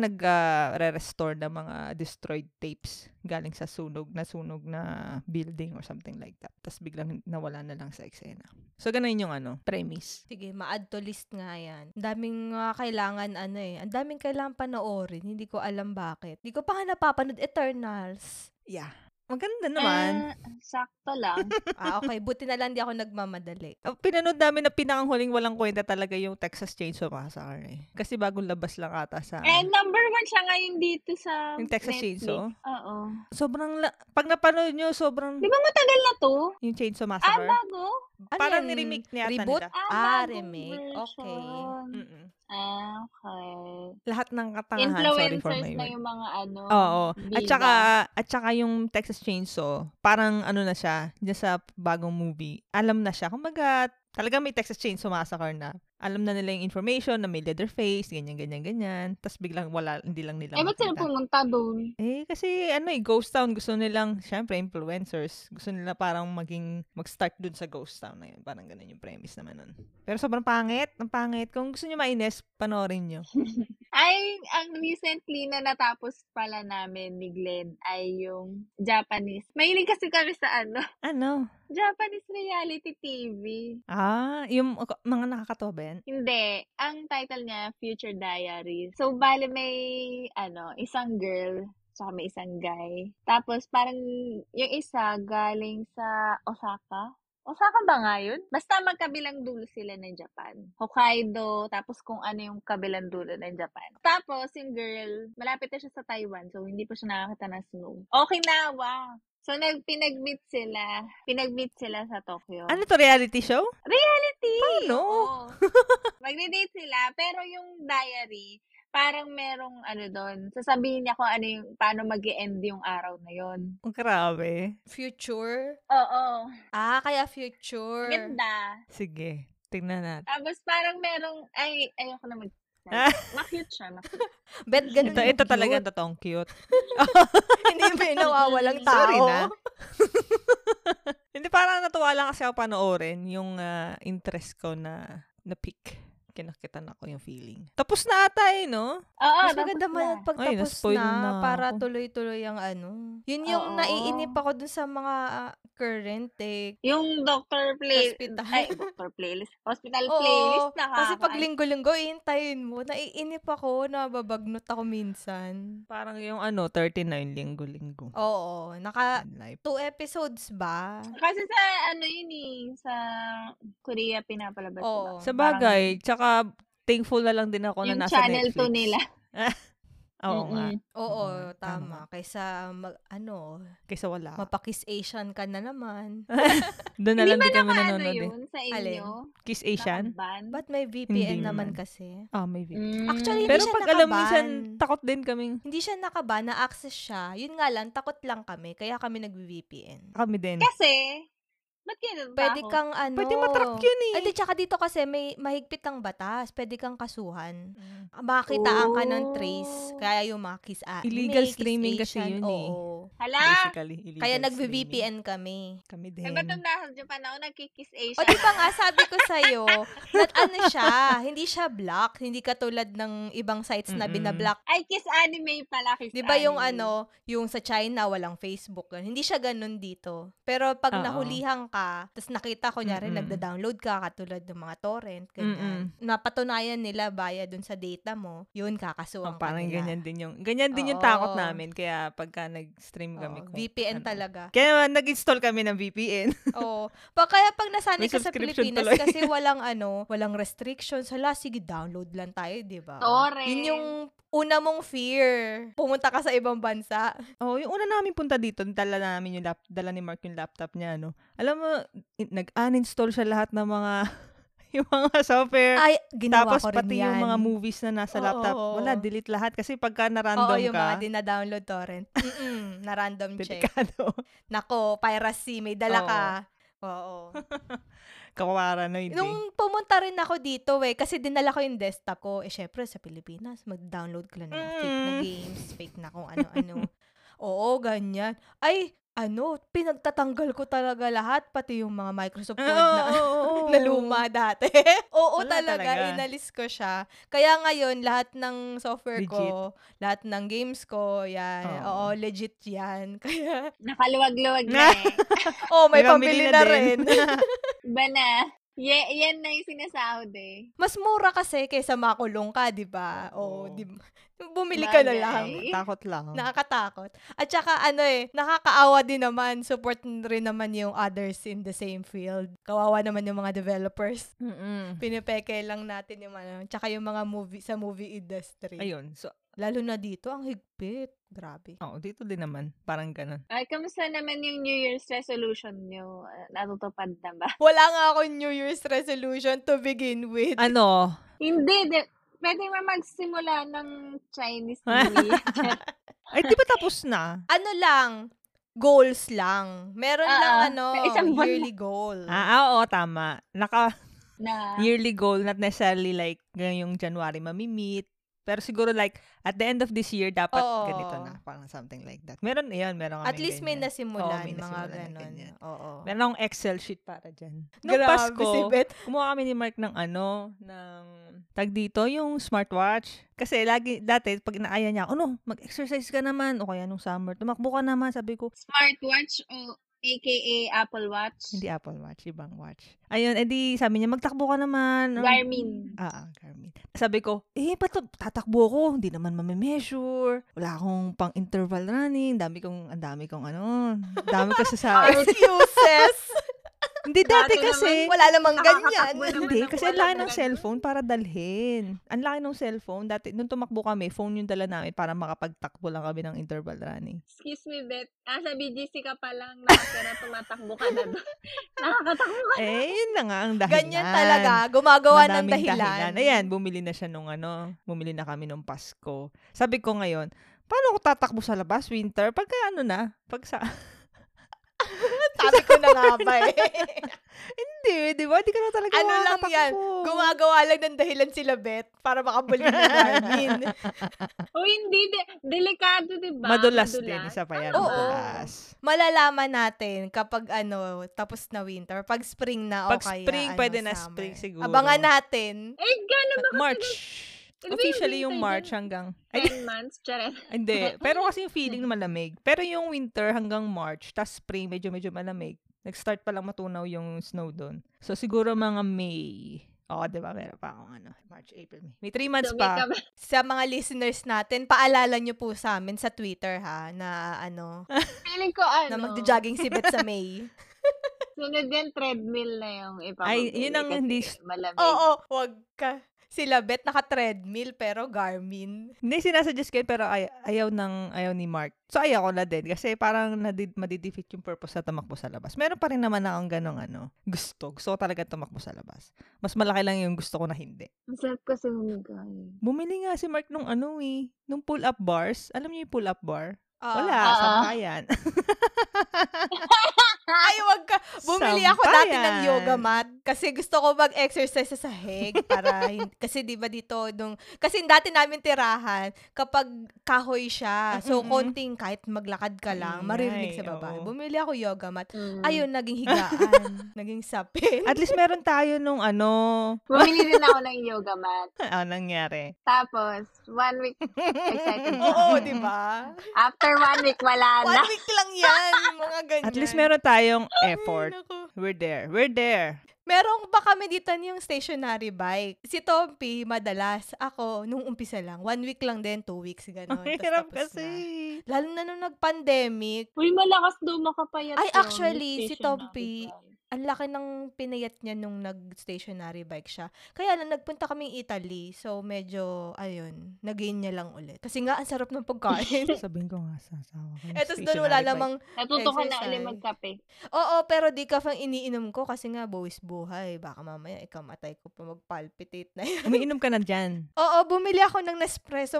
Speaker 3: nag-restore ng mga destroyed tapes galing sa sunog na sunog na building or something like that. Tapos biglang nawala na lang sa eksena. So, ganun yung ano, premise.
Speaker 2: Sige, ma-add to list nga yan. Ang daming ah, kailangan ano eh. Ang daming kailangan panoorin. Hindi ko alam bakit. Hindi ko pa nga napapanood Eternals.
Speaker 3: Yeah. Maganda naman.
Speaker 4: Ah, sakto lang.
Speaker 2: ah, okay. Buti na lang di ako nagmamadali.
Speaker 3: Ang pinanood namin na pinakanghuling walang kwenta talaga yung Texas Chainsaw Massacre eh. Kasi bagong labas lang ata sa...
Speaker 4: And number one siya ngayon dito sa
Speaker 3: yung Texas
Speaker 4: Netflix.
Speaker 3: Chainsaw.
Speaker 4: Oo.
Speaker 3: Sobrang... La- pag napanood nyo, sobrang...
Speaker 4: Di ba matagal na to?
Speaker 3: Yung Chainsaw
Speaker 4: Ah,
Speaker 3: Massacre.
Speaker 4: bago?
Speaker 2: Ano
Speaker 3: parang
Speaker 2: yan?
Speaker 3: ni-remake niya ata
Speaker 2: Reboot?
Speaker 3: nila.
Speaker 2: Ah,
Speaker 4: bagong
Speaker 2: remake. Okay.
Speaker 4: version.
Speaker 3: Mm-mm.
Speaker 4: Ah, okay.
Speaker 3: Lahat ng katangahan. Sorry for my
Speaker 4: Influencers na
Speaker 3: word.
Speaker 4: yung mga ano.
Speaker 3: Oo. At
Speaker 4: diva.
Speaker 3: saka, at saka yung Texas Chainsaw, parang ano na siya, dyan sa bagong movie, alam na siya. Kumbaga, talaga may Texas Chainsaw Massacre na. Alam na nila yung information na may Leatherface, ganyan, ganyan, ganyan. Tapos biglang wala, hindi lang nila
Speaker 4: Eh, ba't sila
Speaker 3: makita.
Speaker 4: pumunta doon?
Speaker 3: Eh, kasi ano eh, ghost town, gusto nilang, syempre, influencers. Gusto nila parang maging, mag-start dun sa ghost town na yun. Parang ganun yung premise naman nun. Pero sobrang pangit, ang pangit. Kung gusto nyo mainis, panoorin nyo.
Speaker 4: Ay, ang recently na natapos pala namin ni Glenn ay yung Japanese. Mahilig kasi kami sa ano,
Speaker 3: Ano?
Speaker 4: Japanese reality TV.
Speaker 3: Ah, yung ako- mga nakakatawa ba yan?
Speaker 4: Hindi. Ang title niya, Future Diaries. So, bale may, ano, isang girl, tsaka may isang guy. Tapos, parang yung isa galing sa Osaka. Osaka ba nga yun? Basta magkabilang dulo sila ng Japan. Hokkaido, tapos kung ano yung kabilang dulo ng Japan. Tapos, yung girl, malapit na siya sa Taiwan, so hindi pa siya nakakita ng snow. Okinawa! So, nag, pinag-meet sila. Pinag-meet sila sa Tokyo.
Speaker 3: Ano to, reality show?
Speaker 4: Reality!
Speaker 3: Paano?
Speaker 4: Oo. Magde-date sila, pero yung diary, parang merong ano doon, sasabihin niya kung ano yung, paano mag end yung araw na yon.
Speaker 3: Ang grabe.
Speaker 2: Future?
Speaker 4: Oo,
Speaker 2: Ah, kaya future.
Speaker 4: ganda.
Speaker 3: Sige, tingnan natin.
Speaker 4: Tapos parang merong, ay, ayoko na mag-
Speaker 3: Ah.
Speaker 4: Ma-cute siya. ma-cute.
Speaker 2: Bet, ganun
Speaker 3: Ito,
Speaker 2: Ano yung
Speaker 3: ito
Speaker 2: cute.
Speaker 3: talaga, totoong cute.
Speaker 2: Hindi ba yung nawawalang tao?
Speaker 3: Sorry na. Hindi, parang natuwa lang kasi ako panoorin yung ah, interest ko na na-pick. Kinakitan ako yung feeling. Tapos na ata eh, no?
Speaker 4: Oo,
Speaker 2: Mas
Speaker 4: tapos
Speaker 2: maganda man
Speaker 4: na.
Speaker 2: pag
Speaker 3: Ay,
Speaker 2: tapos
Speaker 3: na-spoil
Speaker 2: na,
Speaker 3: na
Speaker 2: para
Speaker 3: ako.
Speaker 2: tuloy-tuloy ang ano. Yun yung
Speaker 4: Oo.
Speaker 2: naiinip ako dun sa mga ah, current eh.
Speaker 4: Yung doctor playlist.
Speaker 2: Hospital.
Speaker 4: Ay, doctor playlist. Hospital
Speaker 2: Oo,
Speaker 4: playlist na
Speaker 2: Kasi pag linggo-linggo, iintayin mo. Naiinip ako, nababagnot ako minsan.
Speaker 3: Parang yung ano, 39 linggo-linggo.
Speaker 2: Oo,
Speaker 4: Ah,
Speaker 2: naka
Speaker 3: Fan life.
Speaker 2: two episodes ba?
Speaker 4: Kasi sa ano yun eh, sa Korea pinapalabas.
Speaker 2: Oo.
Speaker 4: diba?
Speaker 3: Sa bagay, tsaka thankful na lang din ako
Speaker 4: Parang
Speaker 3: na
Speaker 4: yung
Speaker 3: nasa
Speaker 4: channel
Speaker 3: Netflix.
Speaker 4: 2 nila.
Speaker 3: Oo nga.
Speaker 4: Mm-mm.
Speaker 2: Oo,
Speaker 3: Mm,
Speaker 2: tama. Kaysa mag, ano,
Speaker 3: Kaysa wala.
Speaker 2: mapakis Asian ka na naman.
Speaker 3: Doon na
Speaker 4: Hindi
Speaker 3: lang
Speaker 4: ba
Speaker 3: di kami
Speaker 4: nakaano
Speaker 3: nanonood eh.
Speaker 4: yun sa inyo?
Speaker 3: Kiss Asian?
Speaker 4: Nakaban?
Speaker 2: But may VPN
Speaker 3: Hindi
Speaker 2: naman
Speaker 3: naman.
Speaker 2: kasi.
Speaker 3: Ah, maybe.
Speaker 4: Mm.
Speaker 2: Actually,
Speaker 3: Pero
Speaker 2: siya
Speaker 3: pag alam
Speaker 2: nakaban.
Speaker 3: minsan, takot din kaming
Speaker 2: Hindi siya nakaba,
Speaker 3: Diba?
Speaker 2: na-access siya. Yun nga lang, takot lang kami. Kaya kami nag-VPN.
Speaker 3: kami din.
Speaker 4: kasi, Ba't ganun pa
Speaker 2: Pwede
Speaker 4: ako?
Speaker 2: kang ano.
Speaker 3: Pwede matrack yun eh.
Speaker 2: Ay, di, tsaka dito kasi may mahigpit ang batas. Pwede kang kasuhan.
Speaker 3: Mm,
Speaker 2: Makitaan ka ng trace.
Speaker 4: Oh.
Speaker 2: Kaya yung mga kiss a-
Speaker 3: Illegal
Speaker 2: may kiss
Speaker 3: streaming kasi
Speaker 2: Asian,
Speaker 3: yun eh.
Speaker 2: oo.
Speaker 4: Hala!
Speaker 3: Basically, illegal
Speaker 2: Kaya
Speaker 3: streaming.
Speaker 2: nag-VPN kami.
Speaker 3: Kami din.
Speaker 4: Eh, ba't nung nasa Japan ako, nagkikiss
Speaker 2: O
Speaker 4: Asia?
Speaker 2: di ba nga, sabi ko sa'yo, na ano siya, hindi siya black, hindi katulad ng ibang sites na
Speaker 3: Mm-mm.
Speaker 2: binablock.
Speaker 4: Ay, kiss anime pala. Kiss
Speaker 2: Di ba yung
Speaker 4: anime.
Speaker 2: ano, yung sa China, walang Facebook. ganun. Hindi siya ganun dito. Pero pag
Speaker 3: Oo.
Speaker 2: nahulihan ka, tapos nakita ko nyari,
Speaker 3: Mm-mm.
Speaker 2: nagda-download ka, katulad ng mga torrent, ganyan. Napatunayan nila baya dun sa data mo, yun,
Speaker 3: Oh,
Speaker 2: kakasuhan ka
Speaker 3: parang
Speaker 2: nila.
Speaker 3: ganyan din yung ganyan din yung
Speaker 2: Oo.
Speaker 3: takot namin kaya pagka nag-stream
Speaker 2: Oo,
Speaker 3: kami kung
Speaker 2: VPN
Speaker 3: ano.
Speaker 2: talaga.
Speaker 3: Kaya nag-install kami ng VPN.
Speaker 2: Oo. Pa, kaya pag nasanay
Speaker 3: May
Speaker 2: ka sa
Speaker 3: subscription
Speaker 2: Pilipinas,
Speaker 3: tuloy.
Speaker 2: kasi walang ano, walang restrictions. Hala, sige, download lang tayo, di ba?
Speaker 4: Torrent.
Speaker 2: ano, Yun yung una mong fear. Pumunta ka sa ibang bansa.
Speaker 3: Oh, yung una namin punta dito, dala namin yung lap, dala ni Mark yung laptop niya, ano. Alam mo, i- nag-uninstall siya lahat ng mga yung mga software.
Speaker 2: Ay, ginawa
Speaker 3: Tapos
Speaker 2: Ah, ko rin
Speaker 3: pati
Speaker 2: yan.
Speaker 3: yung mga movies na nasa
Speaker 2: Oo.
Speaker 3: laptop, wala, delete lahat kasi pagka
Speaker 2: Oo,
Speaker 3: na-random
Speaker 2: yung
Speaker 3: ka,
Speaker 2: mga dinadownload torrent. Mm-mm, na random check.
Speaker 3: delikado.
Speaker 2: Nako, piracy, may
Speaker 3: Oo.
Speaker 2: dala ka. Oo.
Speaker 3: Kawaranoid eh.
Speaker 2: Nung pumunta rin ako dito eh, kasi dinala ko yung desktop ko. Eh, syempre, sa Pilipinas, mag-download ka lang ng mga fake na
Speaker 3: Mm.
Speaker 2: games, fake na kung ano-ano. Oo, ganyan. Ay, ano, pinagtatanggal ko talaga lahat, pati yung mga Microsoft Word na,
Speaker 3: Oo, oo, oo.
Speaker 2: na luma dati. Oo,
Speaker 3: Wala
Speaker 2: talaga,
Speaker 3: talaga.
Speaker 2: inalis ko siya. Kaya ngayon, lahat ng software
Speaker 3: Legit.
Speaker 2: ko, lahat ng games ko, yan. Oo,
Speaker 3: Oo.
Speaker 2: legit yan. Kaya,
Speaker 4: Nakaluwag-luwag na eh.
Speaker 2: oh, may
Speaker 3: pambili
Speaker 2: pambili na, rin.
Speaker 3: din.
Speaker 4: Iba na. Ye- yan na yung sinasahod eh.
Speaker 2: Mas mura kasi kaysa makulong ka, di ba?
Speaker 3: Oo.
Speaker 2: Oo, di ba? Bumili ka na
Speaker 4: Bagay.
Speaker 2: lang.
Speaker 3: Takot lang.
Speaker 2: Nakakatakot. At saka ano eh, nakakaawa din naman, support rin naman yung others in the same field. Kawawa naman yung mga developers.
Speaker 3: Mm-mm.
Speaker 2: Pinipeke lang natin yung ano, tsaka yung mga movie sa movie industry.
Speaker 3: Ayun. So,
Speaker 2: Lalo na dito, ang higpit. Grabe.
Speaker 3: oh, dito din naman. Parang ganun.
Speaker 4: Ay, kamusta naman yung New Year's resolution nyo? Uh, Natutupad na ba?
Speaker 2: Wala nga ako New Year's resolution to begin with.
Speaker 3: Ano?
Speaker 4: Hindi. De- pwede mo magsimula ng Chinese New Year.
Speaker 3: Ay, di ba tapos na?
Speaker 2: Ano lang, goals lang. Meron
Speaker 4: Oo,
Speaker 2: lang ano,
Speaker 4: sa isang buwan
Speaker 2: yearly goal.
Speaker 3: Ah, oo, tama. Naka,
Speaker 4: na,
Speaker 3: yearly goal, not necessarily like ngayong January mamimit. Pero siguro like, at the end of this year, dapat
Speaker 2: Oo.
Speaker 3: ganito na. Parang something like that. Meron, yan, meron kami
Speaker 2: At least may
Speaker 3: ganyan.
Speaker 2: nasimulan,
Speaker 3: Oo, may
Speaker 2: mga
Speaker 3: nasimulan na
Speaker 2: ganon.
Speaker 3: ganyan.
Speaker 2: Oo.
Speaker 3: Meron akong Excel sheet para dyan. Nung
Speaker 2: Grabe
Speaker 3: Pasko,
Speaker 2: si Beth.
Speaker 3: kumuha kami ni Mark ng ano, ng tag dito, yung smartwatch. Kasi lagi, dati, pag inaaya niya, ako, ano, mag-exercise ka naman. O kaya nung summer, tumakbo ka naman. Sabi ko,
Speaker 4: smartwatch o aka Apple Watch.
Speaker 3: hindi Apple Watch, ibang watch. Ayun, edi sabi niya, magtakbo ka naman. Ano,
Speaker 4: Garmin.
Speaker 3: Ah, ah, Carmen. Sabi ko, eh, ba't tatakbo ako? Hindi naman mame-measure. Wala akong pang-interval running. Dami kong, ang dami kong ano. Ang dami ko sa...
Speaker 2: Excuses!
Speaker 3: hindi, dati
Speaker 4: Dato
Speaker 3: kasi...
Speaker 2: Wala namang ganyan.
Speaker 4: Nakakatakbo naman
Speaker 3: Hindi,
Speaker 4: ako,
Speaker 3: kasi ang
Speaker 4: wala
Speaker 3: laki ng
Speaker 4: talaga.
Speaker 3: cellphone para dalhin. Ang laki ng cellphone. Dati, nung tumakbo kami, phone yung dala namin para makapagtakbo lang kami ng interval running.
Speaker 4: Excuse me, Beth. Ah, sa BGC ka pa lang nakatira, tumatakbo ka na doon. Nakakatakbo ka.
Speaker 3: Eh, yun na nga ang dahilan.
Speaker 2: Ganyan talaga. Gumagawa ng
Speaker 3: Madaming
Speaker 2: dahilan.
Speaker 3: Ayan, bumili na siya nung ano, bumili na kami nung Pasko. Sabi ko ngayon, paano ako tatakbo sa labas, winter? Pagka ano na, pag sa...
Speaker 2: Sabi ko na nga ba eh.
Speaker 3: Hindi, di ba? Di ka na talaga
Speaker 2: ano lang
Speaker 3: makakatakbo.
Speaker 2: yan? Gumagawa lang ng dahilan sila Beth para makabuli ng Garmin.
Speaker 4: O hindi, de- delikado, di ba?
Speaker 3: Madulas din, isa pa yan,
Speaker 2: Oo.
Speaker 3: madulas.
Speaker 2: Malalaman natin kapag ano, tapos na winter. Pag spring na o
Speaker 3: Pag
Speaker 2: kaya
Speaker 3: spring,
Speaker 2: ano,
Speaker 3: pwede na
Speaker 2: summer.
Speaker 3: spring siguro.
Speaker 2: Abangan natin.
Speaker 4: Eh, gano'n ba?
Speaker 3: March.
Speaker 4: Ano ba yung
Speaker 3: Officially yung
Speaker 4: winter
Speaker 3: March
Speaker 4: dyan?
Speaker 3: hanggang... Ay,
Speaker 4: 10 months, charet.
Speaker 3: hindi. Pero kasi yung feeling na malamig. Pero yung winter hanggang March, tas spring, medyo-medyo malamig. Nag-start pa lang matunaw yung snow doon. So, siguro mga May. Oo, di ba? Meron pa akong ano. March, April, May. May three months pa.
Speaker 4: Dumikab-
Speaker 2: Sa mga listeners natin, paalala nyo po sa amin sa Twitter ha, na ano,
Speaker 4: Feeling ko ano,
Speaker 2: na magja-jogging si Beth sa May.
Speaker 4: sunod yan, treadmill na yung
Speaker 3: Ay,
Speaker 4: ipamagay.
Speaker 3: yun ang hindi-
Speaker 4: Malamig.
Speaker 2: Oo, wag ka. Sila Beth naka-treadmill pero Garmin.
Speaker 3: Hindi, sinasuggest ko yun, pero ay- ayaw, ng, ayaw ni Mark. So, ayaw ko na din. Kasi parang nadid, madidefeat yung purpose na tumakbo sa labas. Meron pa rin naman akong ganong ano, gusto. Gusto ko talaga tumakbo sa labas. Mas malaki lang yung gusto ko na hindi.
Speaker 4: Ang sarap kasi humigay.
Speaker 3: Bumili nga si Mark nung ano eh, nung pull-up
Speaker 2: Ah,
Speaker 3: bars. Alam niyo yung pull-up bar?
Speaker 2: Oo.
Speaker 3: Wala,
Speaker 4: Oo.
Speaker 3: sampayan.
Speaker 2: Ay, wag ka. Bumili ako dati ng
Speaker 3: Sampayan.
Speaker 2: yoga mat kasi gusto ko mag-exercise sa sahig para hin- kasi 'di ba dito nung kasi dati namin tirahan kapag kahoy siya. So
Speaker 3: Mm-mm.
Speaker 2: konting kahit maglakad ka lang,
Speaker 3: Ay,
Speaker 2: maririnig sa baba.
Speaker 3: oo.
Speaker 2: Bumili ako yoga mat.
Speaker 4: Mm.
Speaker 2: Ayun, naging higaan, naging sapin.
Speaker 3: At least meron tayo nung ano,
Speaker 4: Bumili rin ako ng yoga mat.
Speaker 3: ano nangyari.
Speaker 4: Tapos, one week, excited ka.
Speaker 2: Oo, 'di ba?
Speaker 4: After one week, wala na.
Speaker 2: One week lang 'yan, mga ganyan.
Speaker 3: At least meron tayong
Speaker 2: Ay,
Speaker 3: effort.
Speaker 2: naku.
Speaker 3: We're there. We're there.
Speaker 2: Merong ba kami dito yung stationary bike? Si Tompi, madalas. Ako, nung umpisa lang. One week lang din, two weeks, gano'n.
Speaker 3: Ang
Speaker 2: Tapos
Speaker 3: hirap
Speaker 2: tapos
Speaker 3: kasi.
Speaker 2: na. Lalo na nung nag-pandemic,
Speaker 4: Uy, malakas dumakapayat yun,
Speaker 2: Ay,
Speaker 4: yung
Speaker 2: actually, si
Speaker 4: station
Speaker 2: Tompi,
Speaker 4: namin.
Speaker 2: ang laki ng pinayat niya nung nag-stationary bike siya. Kaya lang, nagpunta kaming Italy. So, medyo, ayun, nagain niya lang ulit. Kasi nga, ang sarap ng pagkain.
Speaker 3: Sabihin ko nga sa asawa ko. yung
Speaker 2: Etos doon Eh, wala
Speaker 3: stationary bike.
Speaker 2: namang,
Speaker 4: Natuto ka na
Speaker 2: exercise.
Speaker 4: ulit magkape.
Speaker 2: oo, pero di ka pang iniinom ko kasi nga, bawis buhay. Baka mamaya, ikamatay ko pa mag-palpitate na yan.
Speaker 3: Umiinom ka na dyan.
Speaker 2: Oo, bumili ako ng Nespresso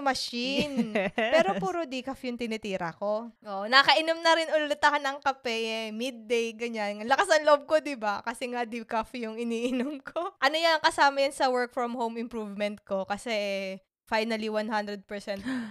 Speaker 2: machine. Pero puro decaf yung tinitira ko. Oo, Oh, nakainom na rin ulit ako ng kape eh. Midday, ganyan. Ang Lakas ang love ko, di ba? Kasi nga decaf yung iniinom ko. Ano yan, kasama yan sa work from home improvement ko. Kasi finally 100%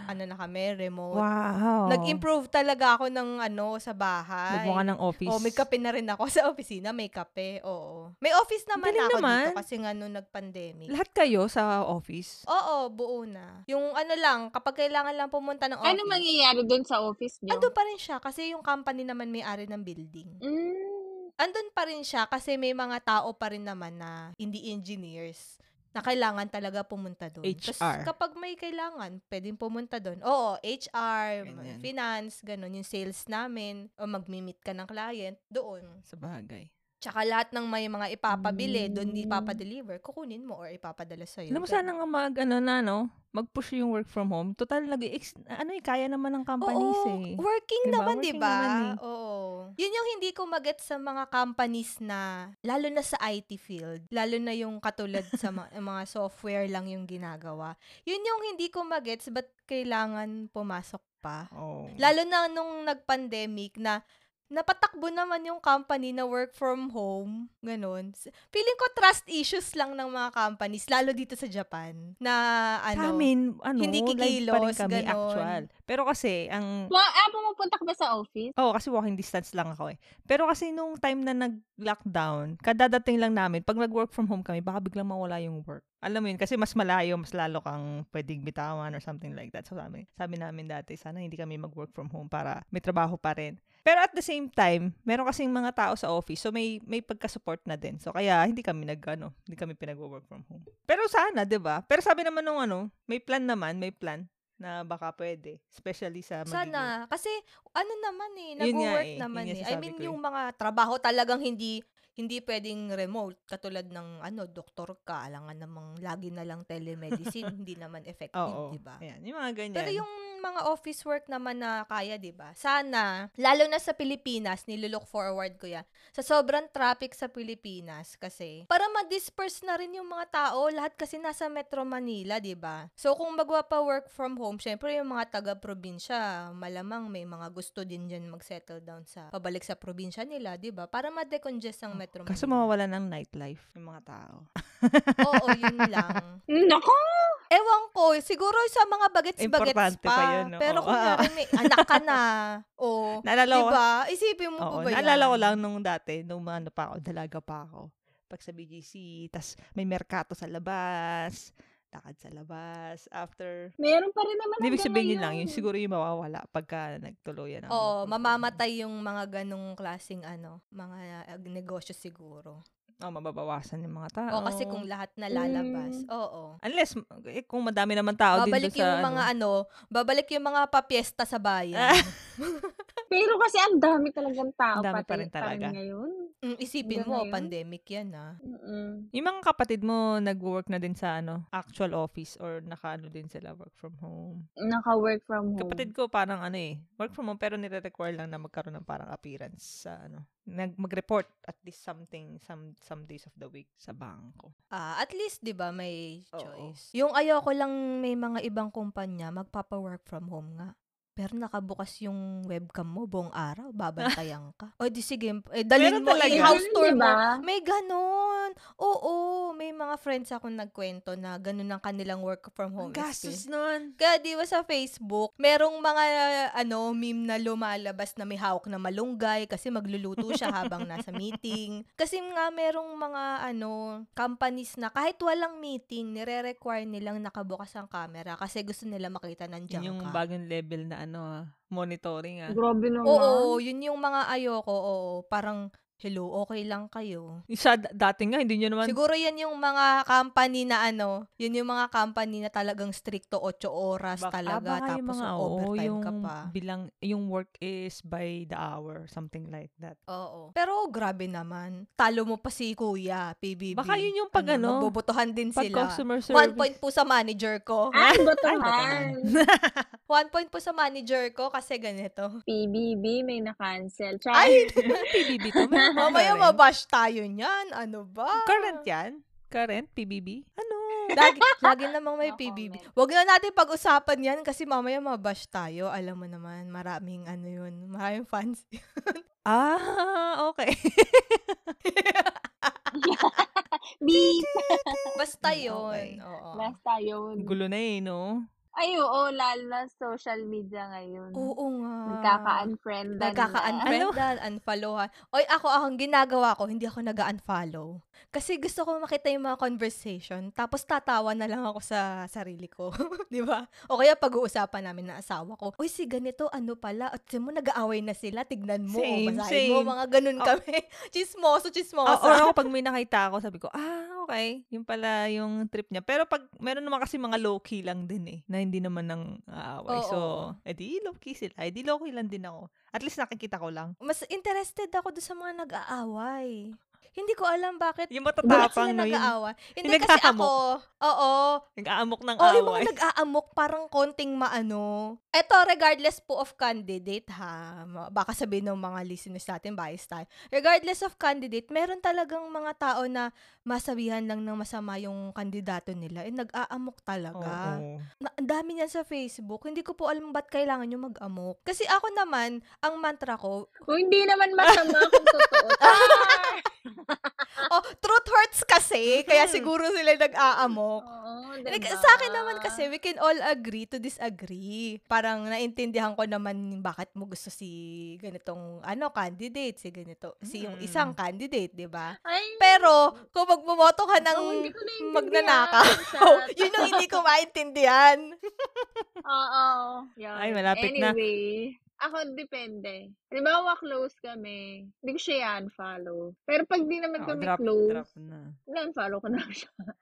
Speaker 2: ano na kami, remote.
Speaker 3: wow.
Speaker 2: Nag-improve talaga ako ng ano sa bahay.
Speaker 3: Nagmukha ng office.
Speaker 2: Oh, may kape na rin ako sa opisina, may kape. Oo. May office naman
Speaker 3: Galing
Speaker 2: ako
Speaker 3: naman.
Speaker 2: dito kasi nga nung nag-pandemic.
Speaker 3: Lahat kayo sa office?
Speaker 2: Oo, buo na. Yung ano lang, kapag kailangan lang pumunta
Speaker 3: Oh,
Speaker 2: ng office.
Speaker 4: Ano mangyayari doon sa office niyo?
Speaker 2: Andun pa rin siya kasi yung company naman may-ari ng building.
Speaker 4: Mm.
Speaker 2: Andun pa rin siya kasi may mga tao pa rin naman na hindi engineers na kailangan talaga pumunta doon. Tas
Speaker 3: HR.
Speaker 2: kapag may kailangan, pwedeng pumunta doon. Oo, HR,
Speaker 3: Ganyan.
Speaker 2: finance, ganun, yung sales namin, o magmi-meet ka ng client, doon.
Speaker 3: Sa bagay.
Speaker 2: Tsaka lahat ng may mga ipapabili, doon
Speaker 4: Mm.
Speaker 2: ipapadeliver, kukunin mo or ipapadala sa'yo.
Speaker 3: Hmm. Alam mo,
Speaker 2: Ganun.
Speaker 3: sana nga mag, ano na, no? Mag-push yung work from home. Total, nag ano eh, kaya naman ng companies
Speaker 2: Oo,
Speaker 3: eh.
Speaker 2: working
Speaker 3: Diba?
Speaker 2: naman,
Speaker 3: Working
Speaker 2: di ba?
Speaker 3: naman eh.
Speaker 2: Oo. Yun yung hindi ko magets sa mga companies na, lalo na sa IT field, lalo na yung katulad sa mga, mga software lang yung ginagawa. Yun yung hindi ko magets, ba't kailangan pumasok pa?
Speaker 3: Oh.
Speaker 2: Lalo na nung nag-pandemic na napatakbo naman yung company na work from home, ganun. S- Feeling ko trust issues lang ng mga companies, lalo dito sa Japan, na
Speaker 3: sa
Speaker 2: ano,
Speaker 3: amin, ano,
Speaker 2: hindi
Speaker 3: live pa rin
Speaker 2: kikilos,
Speaker 3: kami,
Speaker 2: ganon.
Speaker 3: actual. Pero kasi, ang
Speaker 4: Ma, ah, pumupunta ka ba sa office?
Speaker 3: Oo, kasi walking distance lang ako eh. Pero kasi nung time na nag-lockdown, kadadating lang namin, pag nag-work from home kami, baka biglang mawala yung work. Alam mo yun, kasi mas malayo, mas lalo kang pwedeng bitawan or something like that. So sabi, sabi namin dati, sana hindi kami mag-work from home para may trabaho pa rin. Pero at the same time, meron kasing mga tao sa office, so may may pagka-support na din. So kaya hindi kami nagano, hindi kami pinag-work from home. Pero sana, 'di ba? Pero sabi naman nung ano, may plan naman, may plan na baka pwede, especially sa magiging-
Speaker 2: Sana. Kasi, ano naman eh,
Speaker 3: Yun nga
Speaker 2: nag-work
Speaker 3: eh,
Speaker 2: naman
Speaker 3: yun yung
Speaker 2: eh. I
Speaker 3: sasabi
Speaker 2: mean,
Speaker 3: ko eh.
Speaker 2: yung mga trabaho talagang hindi hindi pwedeng remote. Katulad ng, ano, doktor ka, alangan namang lagi na lang telemedicine, hindi naman effective,
Speaker 3: Oo.
Speaker 2: di ba?
Speaker 3: Ayan, yung mga ganyan.
Speaker 2: Pero yung mga office work naman na kaya, di ba? Sana, lalo na sa Pilipinas, nilulook forward ko yan. Sa sobrang traffic sa Pilipinas kasi, para ma-disperse na rin yung mga tao, lahat kasi nasa Metro Manila, di ba? So, kung magwa pa work from home, syempre yung mga taga-probinsya, malamang may mga gusto din dyan mag-settle down sa pabalik sa probinsya nila, di ba? Para ma-decongest ang Metro Manila.
Speaker 3: Kaso mawawala ng nightlife yung mga tao.
Speaker 2: Ah, Oo, yun lang.
Speaker 4: Hmm, Nako!
Speaker 2: Ewan ko, siguro sa mga bagets-bagets
Speaker 3: Importante
Speaker 2: pa.
Speaker 3: pa yun, no?
Speaker 2: Pero
Speaker 3: Oo.
Speaker 2: kung may anak ka na, o,
Speaker 3: Naalala ko.
Speaker 2: diba? Isipin mo
Speaker 3: Oo,
Speaker 2: pa ba yan?
Speaker 3: naalala ko lang nung dati, nung mga ano pa ako, dalaga pa ako. Pag sa BGC, tas may merkato sa labas, lakad sa labas, after...
Speaker 4: Meron pa rin naman
Speaker 3: Hindi ibig
Speaker 4: hanggang
Speaker 3: sabihin yun
Speaker 4: ngayon.
Speaker 3: lang, yun siguro yung mawawala pagka nagtuluyan ang...
Speaker 2: Oo, mamamatay yung mga ganong klaseng ano, mga uh, negosyo siguro.
Speaker 3: Oo, oh, mababawasan yung mga tao.
Speaker 2: O kasi kung lahat na lalabas.
Speaker 4: Mm.
Speaker 2: Oo.
Speaker 3: Unless, eh, kung madami naman Hmm. tao
Speaker 2: babalik
Speaker 3: din doon sa...
Speaker 2: yung mga ano, babalik yung mga papiesta sa bayan.
Speaker 4: Pero kasi ang dami talagang tao
Speaker 3: Ang dami
Speaker 4: pati
Speaker 3: pa rin talaga.
Speaker 4: ngayon.
Speaker 2: Mm, Isipin
Speaker 4: Hanggang
Speaker 2: mo,
Speaker 4: ngayon?
Speaker 2: pandemic yan ah.
Speaker 4: Mm-mm.
Speaker 3: Yung mga kapatid mo, nag-work na din sa ano actual office or nakaano din sila, work from home.
Speaker 4: Naka-work from home.
Speaker 2: Mm.
Speaker 3: Kapatid ko parang ano eh, work from home pero nire-require lang na magkaroon ng parang appearance sa ano, nag mag-report at least something some some days of the week sa bangko.
Speaker 2: Ah, at least 'di ba may
Speaker 3: Oo.
Speaker 2: choice. Yung ayoko lang may mga ibang kumpanya magpapa-work from home nga. Pero nakabukas yung webcam mo buong araw, babantayan ka. O di sige, eh, dalhin
Speaker 3: Meron
Speaker 2: mo,
Speaker 3: talaga.
Speaker 2: i-house
Speaker 4: Ganun,
Speaker 2: tour
Speaker 4: di
Speaker 2: mo.
Speaker 4: ba?
Speaker 2: May ganun. Oo, may mga friends ako nagkwento na ganun ang kanilang work from home. experience.
Speaker 3: nun.
Speaker 2: Kaya di ba sa Facebook, merong mga ano, meme na lumalabas na may hawak na malunggay kasi magluluto siya habang nasa meeting. Kasi nga merong mga ano, companies na kahit walang meeting, nire-require nilang nakabukas ang camera kasi gusto nila makita nandiyan
Speaker 3: Yung
Speaker 2: ka.
Speaker 3: bagong level na ano ah, monitoring ah.
Speaker 4: Grabe naman.
Speaker 2: Oo,
Speaker 3: Diba?
Speaker 2: yun yung mga ayoko. Oo, parang hello, okay lang kayo.
Speaker 3: Isa, d- dati nga, hindi nyo naman,
Speaker 2: Siguro yan yung mga company na ano, yun yung mga company na talaga stricto 8 oras
Speaker 3: Bak- ah,
Speaker 2: talaga
Speaker 3: baka yung
Speaker 2: tapos
Speaker 3: oo,
Speaker 2: overtime
Speaker 3: yung
Speaker 2: ka pa.
Speaker 3: Bilang, yung work is by the hour, something like that.
Speaker 2: Oo. Pero grabe naman. Talo mo pa si Kuya, PBB.
Speaker 3: Baka yun yung pag ano,
Speaker 2: magbobotohan din
Speaker 3: pag
Speaker 2: sila.
Speaker 3: customer
Speaker 2: One
Speaker 3: service.
Speaker 2: point po sa manager ko.
Speaker 3: Ay,
Speaker 4: Ay, botohan.
Speaker 2: One point po sa manager ko kasi ganito.
Speaker 4: PBB, may na-cancel. Char-
Speaker 2: Ay!
Speaker 3: PBB to. Meron ba
Speaker 2: Mamaya
Speaker 3: current?
Speaker 2: mabash tayo niyan. Ano ba?
Speaker 3: Current yan? Current? PBB? Ano?
Speaker 2: Lagi, lagi namang may
Speaker 4: No
Speaker 2: PBB.
Speaker 4: comment.
Speaker 2: Huwag na natin pag-usapan yan kasi mamaya mabash tayo. Alam mo naman, maraming ano yun, maraming fans.
Speaker 3: ah, okay.
Speaker 4: Beep!
Speaker 2: Basta
Speaker 3: Mm, okay.
Speaker 2: yun. Oo.
Speaker 4: Basta yun.
Speaker 3: Ang Gulo na eh, no?
Speaker 4: Ay, oo, lalo na social media ngayon.
Speaker 2: Oo nga.
Speaker 4: Nagkaka-unfriendan na.
Speaker 2: uh,
Speaker 3: ano?
Speaker 2: Nagkaka-unfriendan, unfollowan. Oy, ako, ang ginagawa ko, hindi ako nag-unfollow. Kasi gusto ko makita yung mga conversation, tapos tatawa na lang ako sa sarili ko. Di ba? O kaya pag-uusapan namin na asawa ko, Uy, si ganito, ano pala? At mo, nag-aaway na sila, tignan mo, oh,
Speaker 3: Same,
Speaker 2: basahin
Speaker 3: same.
Speaker 2: mo, mga ganun
Speaker 3: Oh.
Speaker 2: kami.
Speaker 3: Oh,
Speaker 2: chismoso,
Speaker 3: or
Speaker 2: chismosa.
Speaker 3: ako pag may nakita ako, sabi ko, ah, okay. Yung pala yung trip niya. Pero pag, meron naman kasi mga low-key lang din eh, na hindi naman nang aaway.
Speaker 2: Oo.
Speaker 3: so, edi low-key sila. Edi low-key lang din ako. At least nakikita ko lang.
Speaker 2: Mas interested ako doon sa mga nag-aaway. Hindi ko alam bakit
Speaker 3: Yung ano
Speaker 2: bakit
Speaker 3: matatapang, no?
Speaker 2: sila
Speaker 3: Yung,
Speaker 2: nag-aaway. Hindi
Speaker 3: Yung
Speaker 2: kasi
Speaker 3: nag-aamok.
Speaker 2: ako, oo,
Speaker 3: nag-aamok ng
Speaker 2: Oo, Oh, yung
Speaker 3: away.
Speaker 2: mga nag-aamok, parang konting maano. Eto, regardless po of candidate, ha, ma- baka sabihin ng mga listeners natin, bias tayo. Regardless of candidate, meron talagang mga tao na masabihan lang ng masama yung kandidato nila. Eh, nag-aamok talaga.
Speaker 3: Oo.
Speaker 2: Na- ang dami niyan sa Facebook. Hindi ko po alam ba't kailangan nyo mag-amok. Kasi ako naman, ang mantra ko,
Speaker 4: O, hindi naman masama kung totoo.
Speaker 3: Ah!
Speaker 4: Char!
Speaker 2: oh, truth hurts kasi, kaya
Speaker 3: Mhm.
Speaker 2: siguro sila nag-aamok.
Speaker 4: Oo,
Speaker 2: Like,
Speaker 4: diba?
Speaker 2: sa akin naman kasi, we can all agree to disagree. Parang naintindihan ko naman bakit mo gusto si ganitong, ano, candidate, si ganito, si yung
Speaker 3: Mm.
Speaker 2: isang candidate, di ba?
Speaker 4: Ay,
Speaker 2: Pero, kung magbumoto ka ng
Speaker 4: oo, hindi ko naiintindihan.
Speaker 2: magnanakaw,
Speaker 4: Chat.
Speaker 2: yun yung hindi ko maintindihan.
Speaker 4: Oo. Yun.
Speaker 3: Ay, malapit na.
Speaker 4: Anyway, ako depende. Halimbawa, close kami. Hindi ko siya yan follow. Pero pag di naman
Speaker 3: Oo,
Speaker 4: kami
Speaker 3: drop,
Speaker 4: close,
Speaker 3: drop na.
Speaker 4: na-unfollow ko na siya.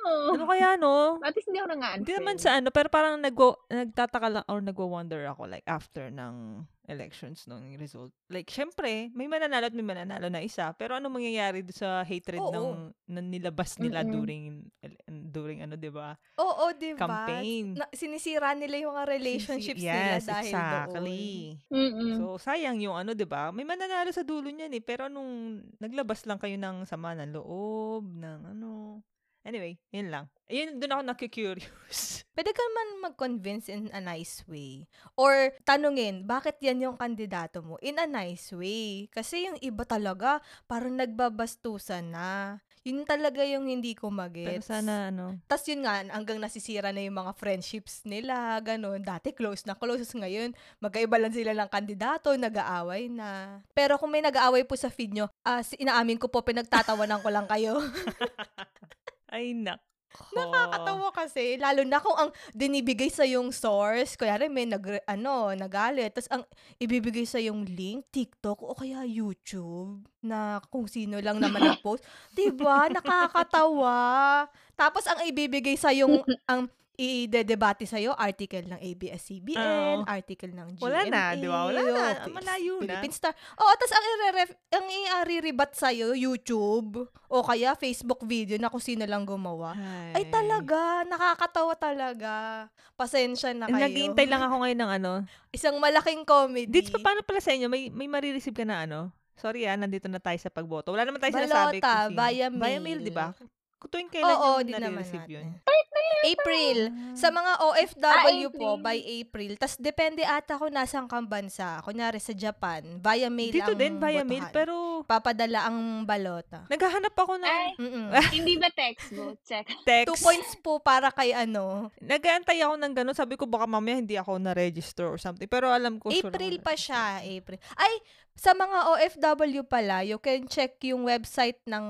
Speaker 4: Oo.
Speaker 3: Ano kaya, no?
Speaker 4: At least hindi ako nang
Speaker 3: Hindi naman sa ano, pero parang nagwo, nagtataka lang or nagwo-wonder ako like after ng elections nung result. Like, syempre, may mananalo at may mananalo na isa. Pero ano mangyayari doon sa hatred
Speaker 2: Oo.
Speaker 3: ng, na nilabas nila
Speaker 4: Mm-mm.
Speaker 3: during, el- during ano, di ba?
Speaker 2: Oo, di ba?
Speaker 3: Campaign.
Speaker 2: Na, sinisira nila yung mga relationships
Speaker 3: yes,
Speaker 2: nila dahil
Speaker 3: exactly.
Speaker 2: doon. Mm.
Speaker 4: Mm-mm.
Speaker 3: So, sayang yung ano, di ba? May mananalo sa dulo niyan eh. Pero nung naglabas lang kayo ng sama ng loob, ng ano. Anyway, yun lang. Yun, doon ako naku-curious.
Speaker 2: Pwede ka man mag-convince in a nice way. Or tanungin, bakit yan yung kandidato mo? In a nice way. Kasi yung iba talaga, parang nagbabastusan na. Yun talaga yung hindi ko
Speaker 3: Pero
Speaker 2: magets.
Speaker 3: sana, ano,
Speaker 2: Tapos yun nga, hanggang nasisira na yung mga friendships nila, ganun. Dati close na close, tapos ngayon magkaiba lang sila ng kandidato, nag-aaway na. Pero kung may nag-aaway po sa feed nyo, as inaamin ko po, pinagtatawanan ko lang kayo.
Speaker 3: Ay, nako.
Speaker 2: Nakakatawa kasi, lalo na kung ang dinibigay sa yung source, kaya rin may nag, ano, nagalit, tapos ang ibibigay sa yung link, TikTok o kaya YouTube, na kung sino lang naman ang post. diba? Nakakatawa. Tapos ang ibibigay sa yung, ang i-debate sa'yo, article ng
Speaker 3: Oo.
Speaker 2: ABS-CBN, article ng GMA.
Speaker 3: Wala na, di ba? Wala na.
Speaker 2: oh,
Speaker 3: Malayo na.
Speaker 2: Philippine Star. Oo, tapos ang i-ref, ang i-re-rebat sa'yo, YouTube, o kaya Facebook video na kung sino lang gumawa. Ay, talaga. Nakakatawa talaga. Pasensya na kayo.
Speaker 3: Naghihintay lang ako ngayon ng ano.
Speaker 2: Isang malaking comedy.
Speaker 3: Dito pa, paano pala sa inyo? May, may marireceive ka na ano? Sorry ah, nandito na tayo sa pagboto. Wala naman tayo sinasabi.
Speaker 2: Balota,
Speaker 3: kung sino. Via
Speaker 2: via mail.
Speaker 3: mail, di ba? Kung Tuwing kailan
Speaker 2: Oo,
Speaker 3: yung
Speaker 2: di naman
Speaker 3: nare-receive yun. Ah.
Speaker 2: natin.
Speaker 4: Kahit na
Speaker 2: April. Sa mga
Speaker 4: Ah,
Speaker 2: OFW
Speaker 4: April.
Speaker 2: po, by April. Tas depende ata kung nasang kang bansa. Kunyari sa Japan, via mail
Speaker 3: Dito
Speaker 2: ang
Speaker 3: din, via mail,
Speaker 2: botohan.
Speaker 3: pero
Speaker 2: Papadala ang balota.
Speaker 3: naghahanap ako ng
Speaker 4: Ay,
Speaker 2: Mm-mm.
Speaker 4: hindi ba text mo? Check.
Speaker 3: text.
Speaker 2: Two points po para kay ano.
Speaker 3: Nag-aantay ako ng ganun. Sabi ko, baka mamaya hindi ako na-register or something. Pero alam ko, sure
Speaker 2: April
Speaker 3: ako
Speaker 2: pa siya, April. Ay, sa mga OFW pala, you can check yung website ng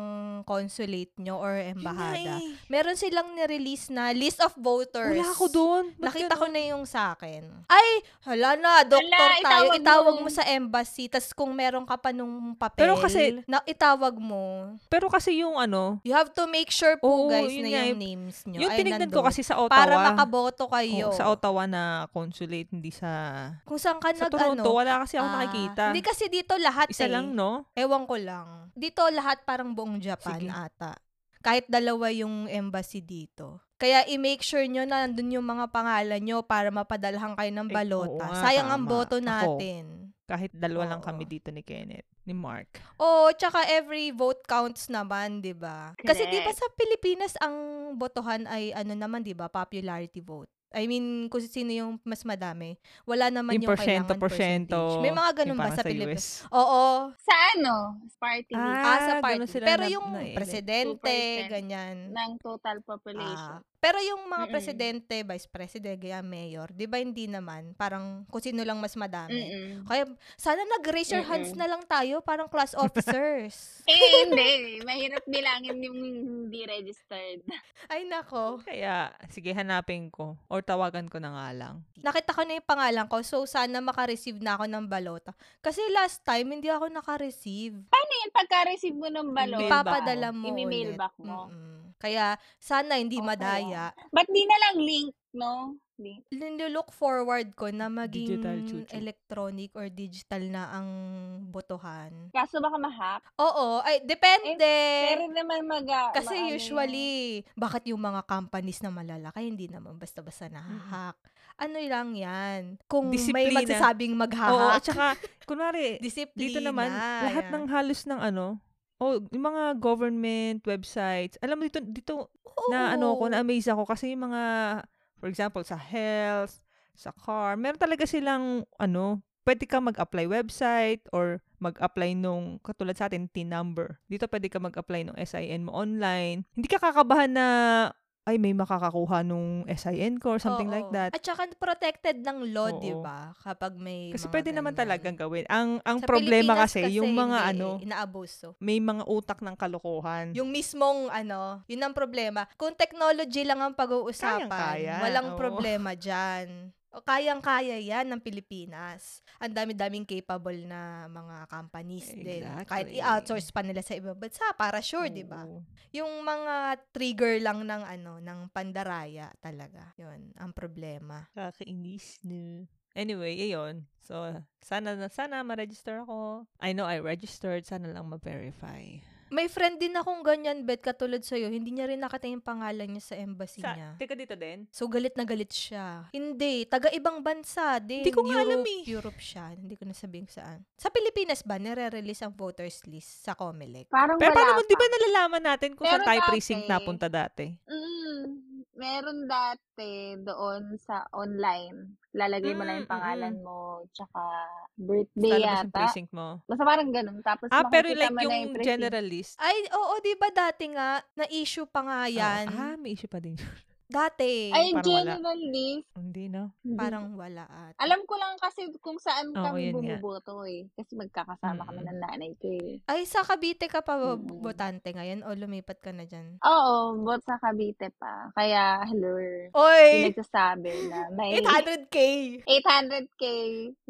Speaker 2: consulate nyo or
Speaker 3: na- Yun nga
Speaker 2: embahada.
Speaker 3: eh.
Speaker 2: Meron silang nirelease na list of voters.
Speaker 3: Wala ako ano? doon.
Speaker 2: Nakita ko na yung sa akin. Ay, hala na, doktor
Speaker 4: Hala,
Speaker 2: tayo.
Speaker 4: itawag
Speaker 2: Itawag
Speaker 4: mo.
Speaker 2: mo sa embassy. Tapos kung meron ka pa nung papel,
Speaker 3: Pero kasi-
Speaker 2: na itawag mo.
Speaker 3: Pero kasi yung ano,
Speaker 2: You have to make sure po,
Speaker 3: Oo,
Speaker 2: guys,
Speaker 3: yun
Speaker 2: na
Speaker 3: nga
Speaker 2: yung
Speaker 3: eh.
Speaker 2: names nyo.
Speaker 3: yung
Speaker 2: ay
Speaker 3: tinignan ko
Speaker 2: nandun.
Speaker 3: kasi sa Ottawa.
Speaker 2: Para makaboto kayo.
Speaker 3: Oo, sa Ottawa na consulate, hindi sa...
Speaker 2: Kung saan ka
Speaker 3: Sa
Speaker 2: nag,
Speaker 3: Toronto,
Speaker 2: ano,
Speaker 3: wala kasi ako
Speaker 2: ah,
Speaker 3: nakikita.
Speaker 2: Hindi kasi dito lahat
Speaker 3: Isa
Speaker 2: eh.
Speaker 3: lang, no?
Speaker 2: Ewan ko lang. Dito lahat parang buong Japan
Speaker 3: Sige.
Speaker 2: ata. Kahit dalawa yung embassy dito. Kaya i-make sure nyo na nandun yung mga pangalan nyo para mapadalhan kayo ng
Speaker 3: Eh,
Speaker 2: balota.
Speaker 3: oo nga,
Speaker 2: Sayang ang
Speaker 3: tama.
Speaker 2: boto
Speaker 3: Ako.
Speaker 2: natin.
Speaker 3: Kahit dalawa lang
Speaker 2: Oo.
Speaker 3: kami dito ni Kenneth, ni Mark.
Speaker 2: Oo, tsaka every vote counts naman, di ba? Kasi di ba
Speaker 4: Correct.
Speaker 2: sa Pilipinas ang botohan ay ano naman, di ba? Popularity vote. I mean, kung sino yung mas madami. Wala naman yung,
Speaker 3: Yung porsyento,
Speaker 2: kailangan
Speaker 3: porsyento.
Speaker 2: percentage. May mga ganun
Speaker 3: yung
Speaker 2: ba
Speaker 3: parang
Speaker 2: sa Pilipinas?
Speaker 3: US.
Speaker 2: Oo,
Speaker 4: Sa ano? Party list
Speaker 2: ah, sa
Speaker 3: Ah,
Speaker 2: party.
Speaker 3: ganun sila
Speaker 2: Pero
Speaker 3: na-
Speaker 2: yung
Speaker 3: na-elect.
Speaker 2: presidente,
Speaker 4: 2%.
Speaker 2: ganyan.
Speaker 4: ng total population.
Speaker 2: Ah, pero yung mga
Speaker 4: Mm-mm.
Speaker 2: presidente, vice president, ganyan, mayor, di ba hindi naman? Parang kung sino lang mas madami.
Speaker 4: Mm-mm.
Speaker 2: Kaya sana nag-raise your hands
Speaker 4: Mm-mm.
Speaker 2: na lang tayo, parang class officers.
Speaker 4: Eh, hindi. Mahirap bilangin yung hindi registered.
Speaker 2: Ay nako,
Speaker 3: Kaya, sige, hanapin ko. Or tawagan ko na nga lang.
Speaker 2: nakita ko na yung pangalan ko, so sana makareceive na ako ng balota. Kasi last time, hindi ako nakareceive.
Speaker 4: Paano yun pagka-receive mo ng balon?
Speaker 3: Mailbox.
Speaker 2: Ipapadala mo ulit.
Speaker 4: I-mailback mo. ah.
Speaker 2: Mm-mm. Kaya sana hindi
Speaker 4: Oo.
Speaker 2: madaya.
Speaker 4: Ba't di na lang link, no? Link.
Speaker 2: nililook forward ko na maging
Speaker 3: Digital chuchu.
Speaker 2: electronic or digital na ang botohan.
Speaker 4: Kaso baka mahack.
Speaker 2: Oo, ay depende.
Speaker 3: Eh,
Speaker 4: Pero naman mag
Speaker 2: kasi
Speaker 4: maano yun.
Speaker 2: usually, bakit yung mga companies na malalaki hindi naman basta-basta nahahack? Ano lang yan? Kung may
Speaker 3: Disiplina.
Speaker 2: magsasabing
Speaker 3: Oo, at
Speaker 2: maghahack.
Speaker 3: saka, kunwari,
Speaker 2: Disiplina.
Speaker 3: dito naman, lahat
Speaker 2: yan.
Speaker 3: ng halos ng ano, oh, yung mga government websites, alam mo dito, dito
Speaker 2: Oo.
Speaker 3: na ano ko, na-amaze ako kasi yung mga, for example, sa health, sa car, meron talaga silang, ano, pwede ka mag-apply website or mag-apply nung, katulad sa atin, T-number. Dito pwede ka mag-apply nung SIN mo online. Hindi ka kakabahan na, ay, may makakakuha nung SIN ko or something
Speaker 2: Oo.
Speaker 3: like that.
Speaker 2: At saka protected ng law,
Speaker 3: Oo.
Speaker 2: di ba? Kapag may
Speaker 3: Kasi
Speaker 2: mga
Speaker 3: pwede naman
Speaker 2: ganyan.
Speaker 3: talagang gawin. Ang ang
Speaker 2: Sa
Speaker 3: problema
Speaker 2: Pilipinas
Speaker 3: kasi, yung mga
Speaker 2: hindi,
Speaker 3: ano,
Speaker 2: inaabuso.
Speaker 3: may mga utak ng kalokohan.
Speaker 2: Yung mismong ano, yun ang problema. Kung technology lang ang pag-uusapan,
Speaker 3: Kayang-kaya,
Speaker 2: walang
Speaker 3: oo.
Speaker 2: problema dyan. O, Kayang-kaya yan ng Pilipinas. Ang dami-daming capable na mga companies din. Kahit
Speaker 3: Exactly.
Speaker 2: i-outsource pa nila sa ibang bansa para sure,
Speaker 3: Oo.
Speaker 2: di ba? Yung mga trigger lang ng ano, ng pandaraya talaga. Yun, ang problema.
Speaker 3: Kakainis na. Anyway, ayun. So, sana, sana ma-register ako. I know I registered. Sana lang ma-verify.
Speaker 2: May friend din akong ganyan, Bet, katulad sa'yo. Hindi niya rin nakita yung pangalan niya sa embassy
Speaker 3: Sa,
Speaker 2: niya.
Speaker 3: teka dito din.
Speaker 2: So, galit na galit siya. Hindi. Taga-ibang bansa din.
Speaker 3: Hindi ko nga alam eh.
Speaker 2: Europe, Europe siya. Hindi ko na sabihin saan. Sa Pilipinas ba, nire-release ang voters list sa COMELEC?
Speaker 4: Parang
Speaker 3: Pero paano
Speaker 4: wala
Speaker 3: mo,
Speaker 4: pa.
Speaker 3: di ba nalalaman natin kung
Speaker 4: Pero
Speaker 3: saan tayo
Speaker 4: dati-
Speaker 3: precinct napunta dati?
Speaker 4: Mm, meron dati doon sa online. Lalagay mo na yung
Speaker 3: Mm,
Speaker 4: pangalan
Speaker 3: mm,
Speaker 4: mo, tsaka birthday
Speaker 3: Lalabas yung
Speaker 4: yata.
Speaker 3: precinct mo.
Speaker 4: Basta parang ganun. Tapos
Speaker 3: Ah, pero
Speaker 4: makikita
Speaker 3: like
Speaker 4: mo na yung
Speaker 3: yung
Speaker 4: precinct.
Speaker 3: general list.
Speaker 2: Ay, oo, di ba dati nga, na-issue pa nga yan.
Speaker 3: Oh, ah, may issue pa din.
Speaker 2: Dati.
Speaker 4: Ay,
Speaker 3: parang wala.
Speaker 4: general list.
Speaker 3: Hindi, no?
Speaker 4: Hindi.
Speaker 2: Parang wala at.
Speaker 4: Alam ko lang kasi kung saan
Speaker 3: Oo,
Speaker 4: kami
Speaker 3: yun nga.
Speaker 4: bumuboto eh. Kasi magkakasama kami
Speaker 3: Mm.
Speaker 4: ng nanay ko eh.
Speaker 2: Ay, sa Cavite ka pa ba
Speaker 3: Hmm.
Speaker 4: Mm.
Speaker 2: botante ngayon o lumipat ka na dyan?
Speaker 4: Oo, bot sa Cavite pa. Kaya,
Speaker 3: Eh.
Speaker 4: hello.
Speaker 2: Oy!
Speaker 4: Nagsasabi na may
Speaker 2: 800k!
Speaker 4: 800k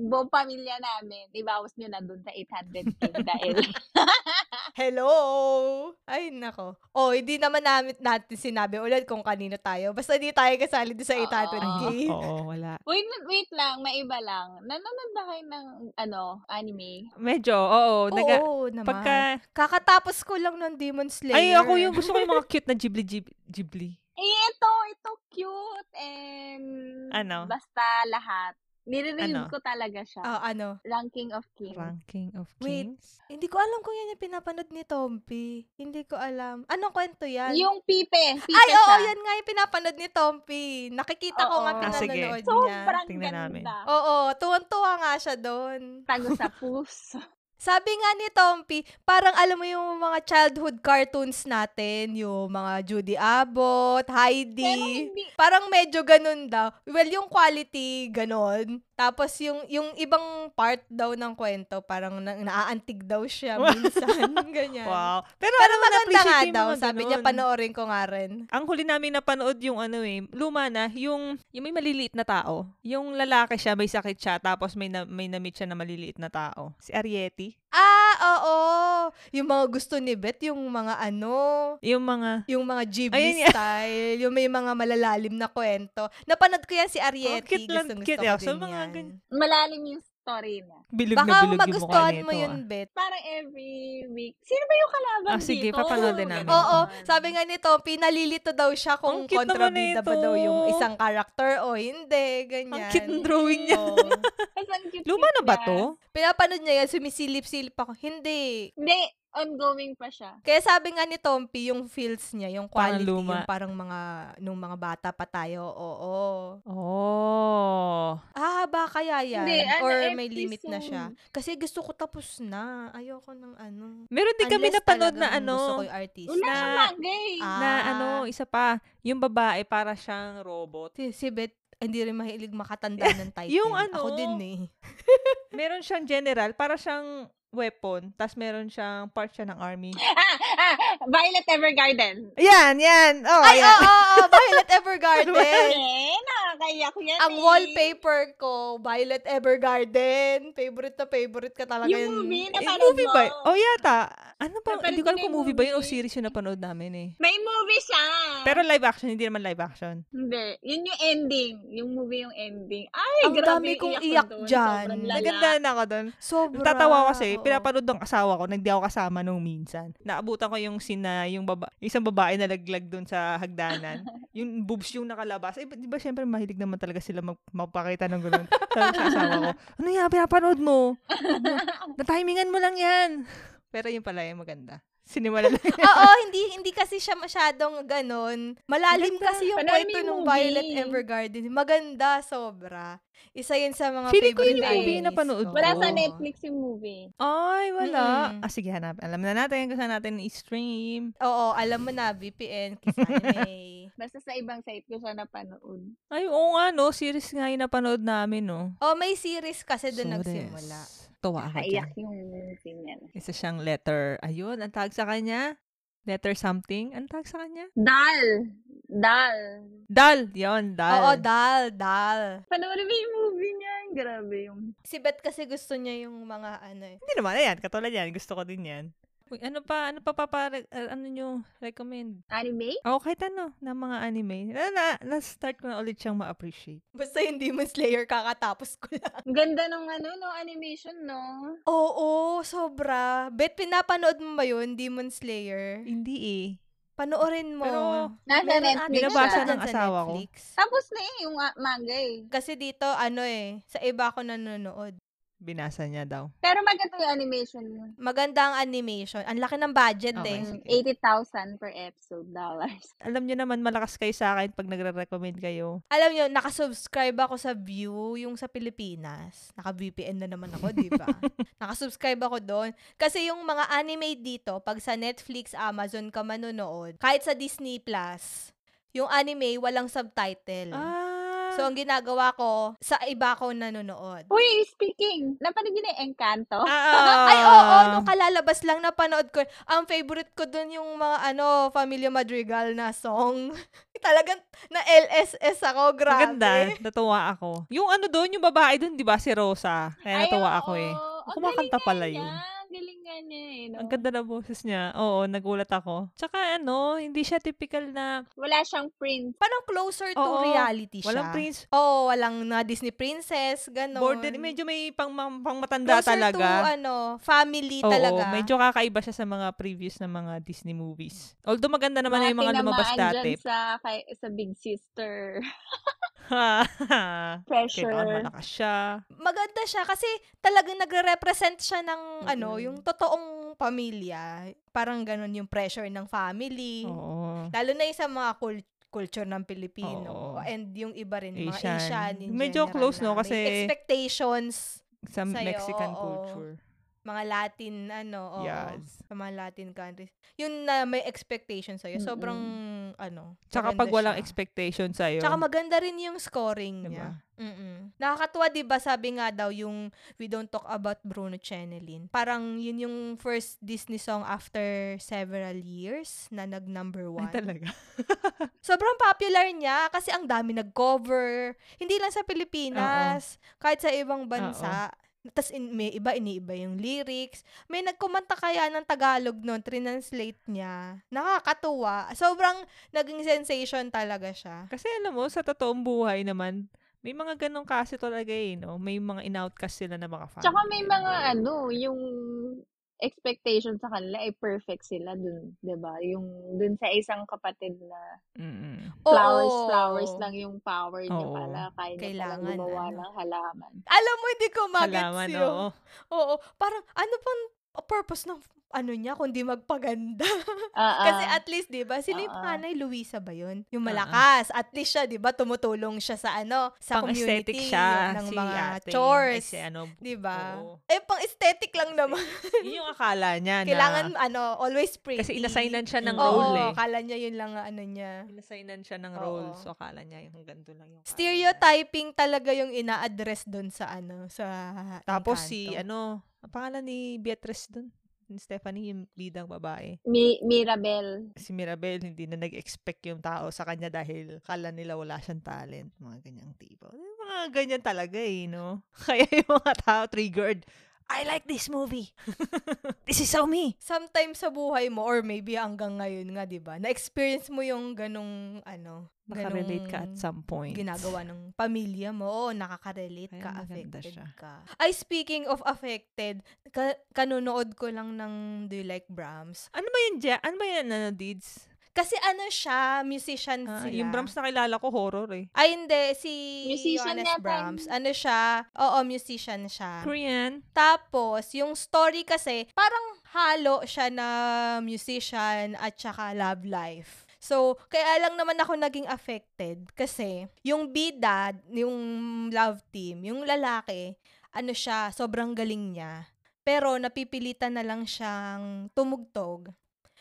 Speaker 4: buong pamilya namin. Ibawas nyo na dun sa 800k dahil
Speaker 2: Hello! Ay, nako. O, hindi naman namin, natin sinabi ulit kung kanino tayo. Basta hindi tayo kasali doon sa
Speaker 4: Oo.
Speaker 2: 800k.
Speaker 3: Ah, Oo, wala.
Speaker 4: Wait, wait lang, maiba lang. Nanonood ba kayo ng, ano, anime?
Speaker 3: Medyo, oo.
Speaker 2: Oo,
Speaker 3: naga,
Speaker 2: naman.
Speaker 3: pagka,
Speaker 2: Kakatapos ko lang ng Demon Slayer.
Speaker 3: ay, ako yung gusto ko yung mga cute na Ghibli, Ghibli. Ghibli.
Speaker 4: Eh, ito, ito, cute and
Speaker 3: Ano?
Speaker 4: basta lahat. Nire-rave
Speaker 3: Ano?
Speaker 4: ko talaga siya.
Speaker 2: Ah, ano?
Speaker 4: Ranking of Kings.
Speaker 3: Ranking of
Speaker 2: Wait.
Speaker 3: Kings?
Speaker 2: Hindi ko alam kung yan yung pinapanood ni Tompi. Hindi ko alam. Anong kwento yan?
Speaker 4: Yung pipe. pipe
Speaker 2: Ay, oo,
Speaker 4: siya.
Speaker 2: yan nga yung pinapanood ni Tompi. Nakikita ko
Speaker 4: Oo.
Speaker 2: nga
Speaker 4: Ah,
Speaker 3: sige.
Speaker 2: pinanonood niya.
Speaker 4: Sobrang
Speaker 3: Tingnan
Speaker 4: ganda.
Speaker 3: namin.
Speaker 2: Oo, tuwan-tuwa nga siya doon.
Speaker 4: Tago sa puso.
Speaker 2: Sabi nga ni Tompi, parang alam mo yung mga childhood cartoons natin, yung mga Judy Abbott, Heidi.
Speaker 4: Pero hindi.
Speaker 2: Parang medyo ganun daw. Well, yung quality, ganun. Tapos yung yung ibang part daw ng kwento, parang na- naaantig daw siya minsan. Ganyan.
Speaker 3: Wow. Pero,
Speaker 2: Pero
Speaker 3: alam mo,
Speaker 2: maganda nga
Speaker 3: na-appreciate yung
Speaker 2: daw.
Speaker 3: mga
Speaker 2: Sabi niya,
Speaker 3: ganun.
Speaker 2: panoorin ko nga rin.
Speaker 3: Ang huli namin napanood yung ano eh, luma na, yung, yung may maliliit na tao. Yung lalaki siya, may sakit siya, tapos may, na, may na-meet siya na maliliit na tao. Si Ariety.
Speaker 2: Ah, oo. Yung mga gusto ni Beth, yung mga ano,
Speaker 3: Yung mga,
Speaker 2: yung mga Ghibli
Speaker 3: Ayun nga.
Speaker 2: style, yung may mga malalalim na kwento. Napanood ko yan si Ariete.
Speaker 3: Oh, cute lang,
Speaker 2: Gustong-gusto
Speaker 3: cute,
Speaker 2: ko
Speaker 3: eh.
Speaker 2: din
Speaker 3: So, mga
Speaker 2: yan.
Speaker 3: gan-
Speaker 4: Malalim yung story na.
Speaker 3: bilog na
Speaker 2: Baka
Speaker 3: bilog yung mukha
Speaker 2: magustuhan
Speaker 3: nito.
Speaker 2: mo yun,
Speaker 3: ah.
Speaker 2: Beth.
Speaker 4: Parang every week. Sino ba yung kalaban
Speaker 3: Ah, sige,
Speaker 4: dito?
Speaker 3: papanoodin namin.
Speaker 2: Oo, sabi nga nito, pinalilito daw siya kung
Speaker 3: Ang cute naman
Speaker 2: kontrabida ba
Speaker 3: nito.
Speaker 2: daw yung isang karakter o hindi,
Speaker 3: ah. Ang
Speaker 2: ganyan.
Speaker 3: cute ng drawing niya.
Speaker 2: Oo.
Speaker 4: Tapos ang cute
Speaker 3: Luma na ba to?
Speaker 2: Pinapanood niya yan, sumisilip-silip ako. Hindi.
Speaker 4: Hindi, ongoing pa siya.
Speaker 2: Kaya sabi nga ni Tompi, yung feels niya, yung
Speaker 3: Parang
Speaker 2: quality,
Speaker 3: luma.
Speaker 2: yung parang mga, nung mga bata pa tayo, oo.
Speaker 3: Oh.
Speaker 2: Ah, ba kaya yan?
Speaker 4: Hindi, ano,
Speaker 2: Or
Speaker 4: episode.
Speaker 2: may limit na siya? Kasi gusto ko tapos na. Ayoko ng ano.
Speaker 3: Meron din kami
Speaker 2: Unless
Speaker 3: napanood
Speaker 2: talagang
Speaker 3: na ano.
Speaker 2: Gusto ko yung artist.
Speaker 4: Wala
Speaker 3: Na-
Speaker 4: siyang manga eh.
Speaker 2: Ah.
Speaker 3: na ano, isa pa, yung babae para siyang robot.
Speaker 2: Si, si Beth, hindi rin mahilig makatanda ng title.
Speaker 3: Yung ano,
Speaker 2: Ako din eh.
Speaker 3: Meron siyang general, para siyang weapon, tas meron siyang part siya ng army.
Speaker 4: Ah, ah, Violet Evergarden.
Speaker 3: Yan, yan. Oh,
Speaker 2: Ay, oo,
Speaker 3: yan.
Speaker 2: oo, Violet Evergarden.
Speaker 4: Eh, nakakaiyak yan
Speaker 2: Ang
Speaker 4: eh.
Speaker 2: wallpaper ko, Violet Evergarden. Favorite na favorite ka talaga
Speaker 4: Yung movie,
Speaker 2: yun.
Speaker 3: Eh,
Speaker 4: napanood
Speaker 3: movie
Speaker 4: mo.
Speaker 3: ba? Oh, yata. Ano ba?
Speaker 4: Napanood
Speaker 3: Hindi ko alam
Speaker 4: ko na
Speaker 3: kung
Speaker 4: yung
Speaker 3: movie ba yun o
Speaker 4: movie. Ah.
Speaker 3: series yung napanood namin eh.
Speaker 4: May movie siya.
Speaker 3: Pero live action, hindi naman live action.
Speaker 4: Hindi. Yun yung ending. Yung movie yung ending. Ay,
Speaker 2: Ang
Speaker 4: grabe
Speaker 2: dami
Speaker 4: yung
Speaker 2: kong
Speaker 4: iyak, ko
Speaker 2: iyak
Speaker 4: doon.
Speaker 2: dyan.
Speaker 4: Sobrang lala.
Speaker 3: Naganda na ako doon.
Speaker 2: Sobra.
Speaker 3: Tatawa kasi,
Speaker 2: oo.
Speaker 3: pinapanood ng asawa ko, hindi ako kasama nung minsan. Naabutan ko yung sina, yung baba, isang babae na laglag doon sa hagdanan. yung boobs yung nakalabas. Eh, ba- di ba syempre mahilig naman talaga sila mag, magpakita ng gano'n. Sabi ko sa asawa ko, ano yan, pinapanood mo? Ano, Natimingan mo lang yan. Pero yun pala yung maganda. Sinimula lang.
Speaker 2: Oo, hindi hindi kasi siya masyadong ganun. Malalim
Speaker 3: Maganda.
Speaker 2: kasi yung
Speaker 4: Panoorin
Speaker 2: kwento
Speaker 4: mo yung
Speaker 2: ng
Speaker 4: movie.
Speaker 2: Violet Evergarden. Maganda sobra. Isa yun sa mga
Speaker 3: Feeling ko
Speaker 2: favorite
Speaker 3: yun yung
Speaker 2: animes
Speaker 3: movie na panood
Speaker 2: ko.
Speaker 4: Wala sa
Speaker 3: Oo.
Speaker 4: Netflix yung movie.
Speaker 3: Ay, wala.
Speaker 2: Mm-mm.
Speaker 3: Ah, sige, hanap. Alam na natin kung saan natin i-stream.
Speaker 2: Oo, alam mo na, VPN, Kiss Anime.
Speaker 4: Basta sa ibang site ko siya napanood.
Speaker 3: Ay, oo nga, no. Series nga yung napanood namin, no.
Speaker 2: oh, may series kasi doon
Speaker 3: So,
Speaker 2: nagsimula.
Speaker 3: des. Tuwa ako dyan.
Speaker 4: Nakaiyak yung movie niya.
Speaker 3: Isa siyang letter. Ayun, ang tag sa kanya. Letter something. Ang tag sa kanya?
Speaker 4: Dal! Dal!
Speaker 3: Dal. Yun, dal.
Speaker 2: Oo, dal, dal.
Speaker 4: Panoorin mo yung movie niya. Grabe yung...
Speaker 2: Si Beth kasi gusto niya yung mga ano eh.
Speaker 3: Hindi naman. Ayan, katulad yan. Gusto ko din yan. Uy, ano pa? Ano pa pa, pa uh, ano nyo recommend?
Speaker 4: Anime?
Speaker 3: Oo, kahit ano, ng mga anime. Na, na, na-start ko na ulit siyang ma-appreciate.
Speaker 2: Basta yung Demon Slayer kakatapos ko lang.
Speaker 4: Ang ganda ng ano, no? Animation, no?
Speaker 2: Oo, sobra. Beth, pinapanood mo ba yun, Demon Slayer?
Speaker 3: Hindi eh.
Speaker 2: Panoorin mo.
Speaker 3: Pero,
Speaker 4: Nasa
Speaker 2: Meron
Speaker 4: Ano, Netflix
Speaker 2: ata
Speaker 3: Binabasa
Speaker 2: dyan
Speaker 3: ng
Speaker 2: sa
Speaker 3: asawa ko.
Speaker 2: Netflix.
Speaker 4: Tapos na eh, yung ah, manga eh.
Speaker 2: Kasi dito, ano eh, sa iba ako nanonood.
Speaker 3: Binasa niya daw.
Speaker 4: Pero maganda yung animation mo.
Speaker 2: Maganda ang animation. Ang laki ng budget
Speaker 3: Okay.
Speaker 2: eh.
Speaker 4: Mm,
Speaker 3: sige.
Speaker 4: 80,000 per episode dollars.
Speaker 3: Alam niyo naman, malakas kayo sa akin pag nagre-recommend kayo.
Speaker 2: Alam nyo, nakasubscribe ako sa View, yung sa Pilipinas. Naka-VPN na naman ako, di ba? nakasubscribe ako doon. Kasi yung mga anime dito, pag sa Netflix, Amazon ka manonood, kahit sa Disney+, Plus, yung anime, walang subtitle.
Speaker 3: Ah.
Speaker 2: So, ang ginagawa ko, sa iba ko nanonood.
Speaker 4: Uy, speaking, napanood niyo na yung Encanto?
Speaker 3: Ah.
Speaker 2: Ay, oo, nung kalalabas lang napanood ko. Ang favorite ko dun yung mga, ano, Familia Madrigal na song. Talagang na LSS ako, grabe.
Speaker 3: Maganda. Natuwa ako. Yung ano doon, yung babae doon, di ba, si Rosa. Kaya natuwa ako eh. Kumakanta pala yun.
Speaker 4: Ang galing nga niya eh. No?
Speaker 3: Ang ganda na boses niya. Oo, nagulat ako. Tsaka ano, hindi siya typical na
Speaker 4: Wala siyang print.
Speaker 2: Parang closer to
Speaker 3: Oo,
Speaker 2: reality siya.
Speaker 3: walang prince.
Speaker 2: Oo, walang na Disney princess, ganon.
Speaker 3: Border, medyo may pang, pang, matanda
Speaker 2: closer
Speaker 3: talaga.
Speaker 2: to, ano, family
Speaker 3: Oo,
Speaker 2: talaga.
Speaker 3: medyo kakaiba siya sa mga previous na mga Disney movies. Although maganda naman na yung mga
Speaker 4: tinamaan
Speaker 3: lumabas
Speaker 4: dyan
Speaker 3: dati.
Speaker 4: sa, kay, sa Big Sister. Pressure.
Speaker 3: Kailangan malakas siya.
Speaker 2: Maganda siya kasi talagang nagre-represent siya ng ano,
Speaker 3: Mm-mm.
Speaker 2: yung totoong pamilya. Parang ganun yung pressure ng family.
Speaker 3: Oo.
Speaker 2: Lalo na yung sa mga cul- culture ng Pilipino.
Speaker 3: Oo.
Speaker 2: And yung iba rin, mga
Speaker 3: Asian.
Speaker 2: Asian. in
Speaker 3: Medyo
Speaker 2: general
Speaker 3: close, no?
Speaker 2: na may
Speaker 3: Kasi-
Speaker 2: Expectations,
Speaker 3: Sa
Speaker 2: Sa'yo,
Speaker 3: Mexican
Speaker 2: oo.
Speaker 3: culture.
Speaker 2: mga Latin, ano, oo,
Speaker 3: Yes.
Speaker 2: sa mga Latin countries. Yun na may expectations sa'yo.
Speaker 4: Mm-mm.
Speaker 2: Sobrang, ano,
Speaker 3: Tsaka
Speaker 2: maganda
Speaker 3: pag walang
Speaker 2: siya.
Speaker 3: expectation sa'yo.
Speaker 2: Tsaka maganda rin yung scoring
Speaker 3: Diba?
Speaker 2: niya. Mm-mm. Nakakatuwa, di ba, sabi nga daw yung We Don't Talk About Bruno Chenelin. Parang yun yung first Disney song after several years na nag-number
Speaker 3: Ay,
Speaker 2: one.
Speaker 3: talaga.
Speaker 2: Sobrang popular niya kasi ang dami nag-cover. Hindi lang sa Pilipinas, kahit sa ibang bansa. Tapos in, may iba, iniiba yung lyrics. May nagkumanta kaya ng Tagalog noon, trinanslate niya. Nakakatuwa. Sobrang naging sensation talaga siya.
Speaker 3: Kasi alam mo, sa totoong buhay naman, may mga ganong kaso talaga eh, no? May mga in-outcast sila na mga fans.
Speaker 4: Tsaka may mga ano, yung expectation sa kanila ay perfect sila dun, 'di ba? Yung dun sa isang kapatid na
Speaker 3: Mm-mm.
Speaker 4: flowers,
Speaker 2: Oo.
Speaker 4: flowers lang yung power niya
Speaker 3: Oo.
Speaker 4: pala. Kaya niya palang
Speaker 2: Kailangan,
Speaker 4: gumawa
Speaker 2: ano.
Speaker 4: ng halaman.
Speaker 2: Alam mo, hindi ko
Speaker 3: Halaman,
Speaker 2: magets yun.
Speaker 3: oo.
Speaker 2: Oo. Parang, ano pang purpose ng ano niya, kundi magpaganda.
Speaker 4: Ah, ah.
Speaker 2: Kasi at least, di ba, sino yung
Speaker 4: Oo.
Speaker 2: panganay, Luisa ba yun? Yung
Speaker 3: Oo.
Speaker 2: malakas. At least siya, di ba, tumutulong siya sa ano, sa
Speaker 3: Pang-aesthetic
Speaker 2: community
Speaker 3: siya.
Speaker 2: ng
Speaker 3: si
Speaker 2: mga
Speaker 3: ate.
Speaker 2: chores.
Speaker 3: Ay, si ano.
Speaker 2: Di ba?
Speaker 3: Oo.
Speaker 2: Eh, pang-aesthetic lang naman.
Speaker 3: Yun yung akala niya na.
Speaker 2: Kailangan, ano, always pretty.
Speaker 3: Kasi inassignan siya ng
Speaker 4: Mm.
Speaker 3: role
Speaker 2: Oo,
Speaker 3: eh.
Speaker 2: kala niya yun lang ang ano niya.
Speaker 3: Inassignan siya ng
Speaker 2: Oo.
Speaker 3: role. So, akala niya yung ganito lang yung kaya niya.
Speaker 2: Stereotyping talaga yung ina-address doon sa ano, sa
Speaker 3: Tapos si, ano,
Speaker 2: Encanto.
Speaker 3: ang pangalan ni Beatrice dun, ni Stephanie, yung bidang babae.
Speaker 4: Mi- Mirabel.
Speaker 3: Si Mirabel, hindi na nag-expect yung tao sa kanya dahil kala nila wala siyang talent. Mga ganyang tipo. Eh, Mga ganyan talaga eh, no? Kaya yung mga tao triggered. I like this movie. this is so me.
Speaker 2: sometimes sa buhay mo or maybe hanggang ngayon nga, 'di ba? Na-experience mo yung ganung ano,
Speaker 3: Nakarelate ka at
Speaker 2: ganung
Speaker 3: some point.
Speaker 2: ginagawa ng pamilya mo. Oo,
Speaker 3: Kaya
Speaker 2: nakaka-relate ka,
Speaker 3: maganda
Speaker 2: affected
Speaker 3: siya.
Speaker 2: ka. Ay, speaking of affected, ka- kanunood ko lang ng Do You Like Brahms?
Speaker 3: Ano ba yun, Ja? Ano ba yan, ano, Deeds?
Speaker 2: Kasi ano siya, musician
Speaker 3: Ah,
Speaker 2: Ano sila.
Speaker 3: yung Brahms na kilala ko, horror eh.
Speaker 2: Ay, hindi. Si
Speaker 4: Musician
Speaker 2: Johannes
Speaker 4: yata
Speaker 2: Brahms.
Speaker 4: yun.
Speaker 2: Ano siya? Oo, musician siya.
Speaker 3: Korean.
Speaker 2: Tapos, yung story kasi, parang halo siya na musician at saka love life. So, kaya lang naman ako naging affected kasi yung bida, yung love team, yung lalaki, ano siya, sobrang galing niya. Pero napipilitan na lang siyang tumugtog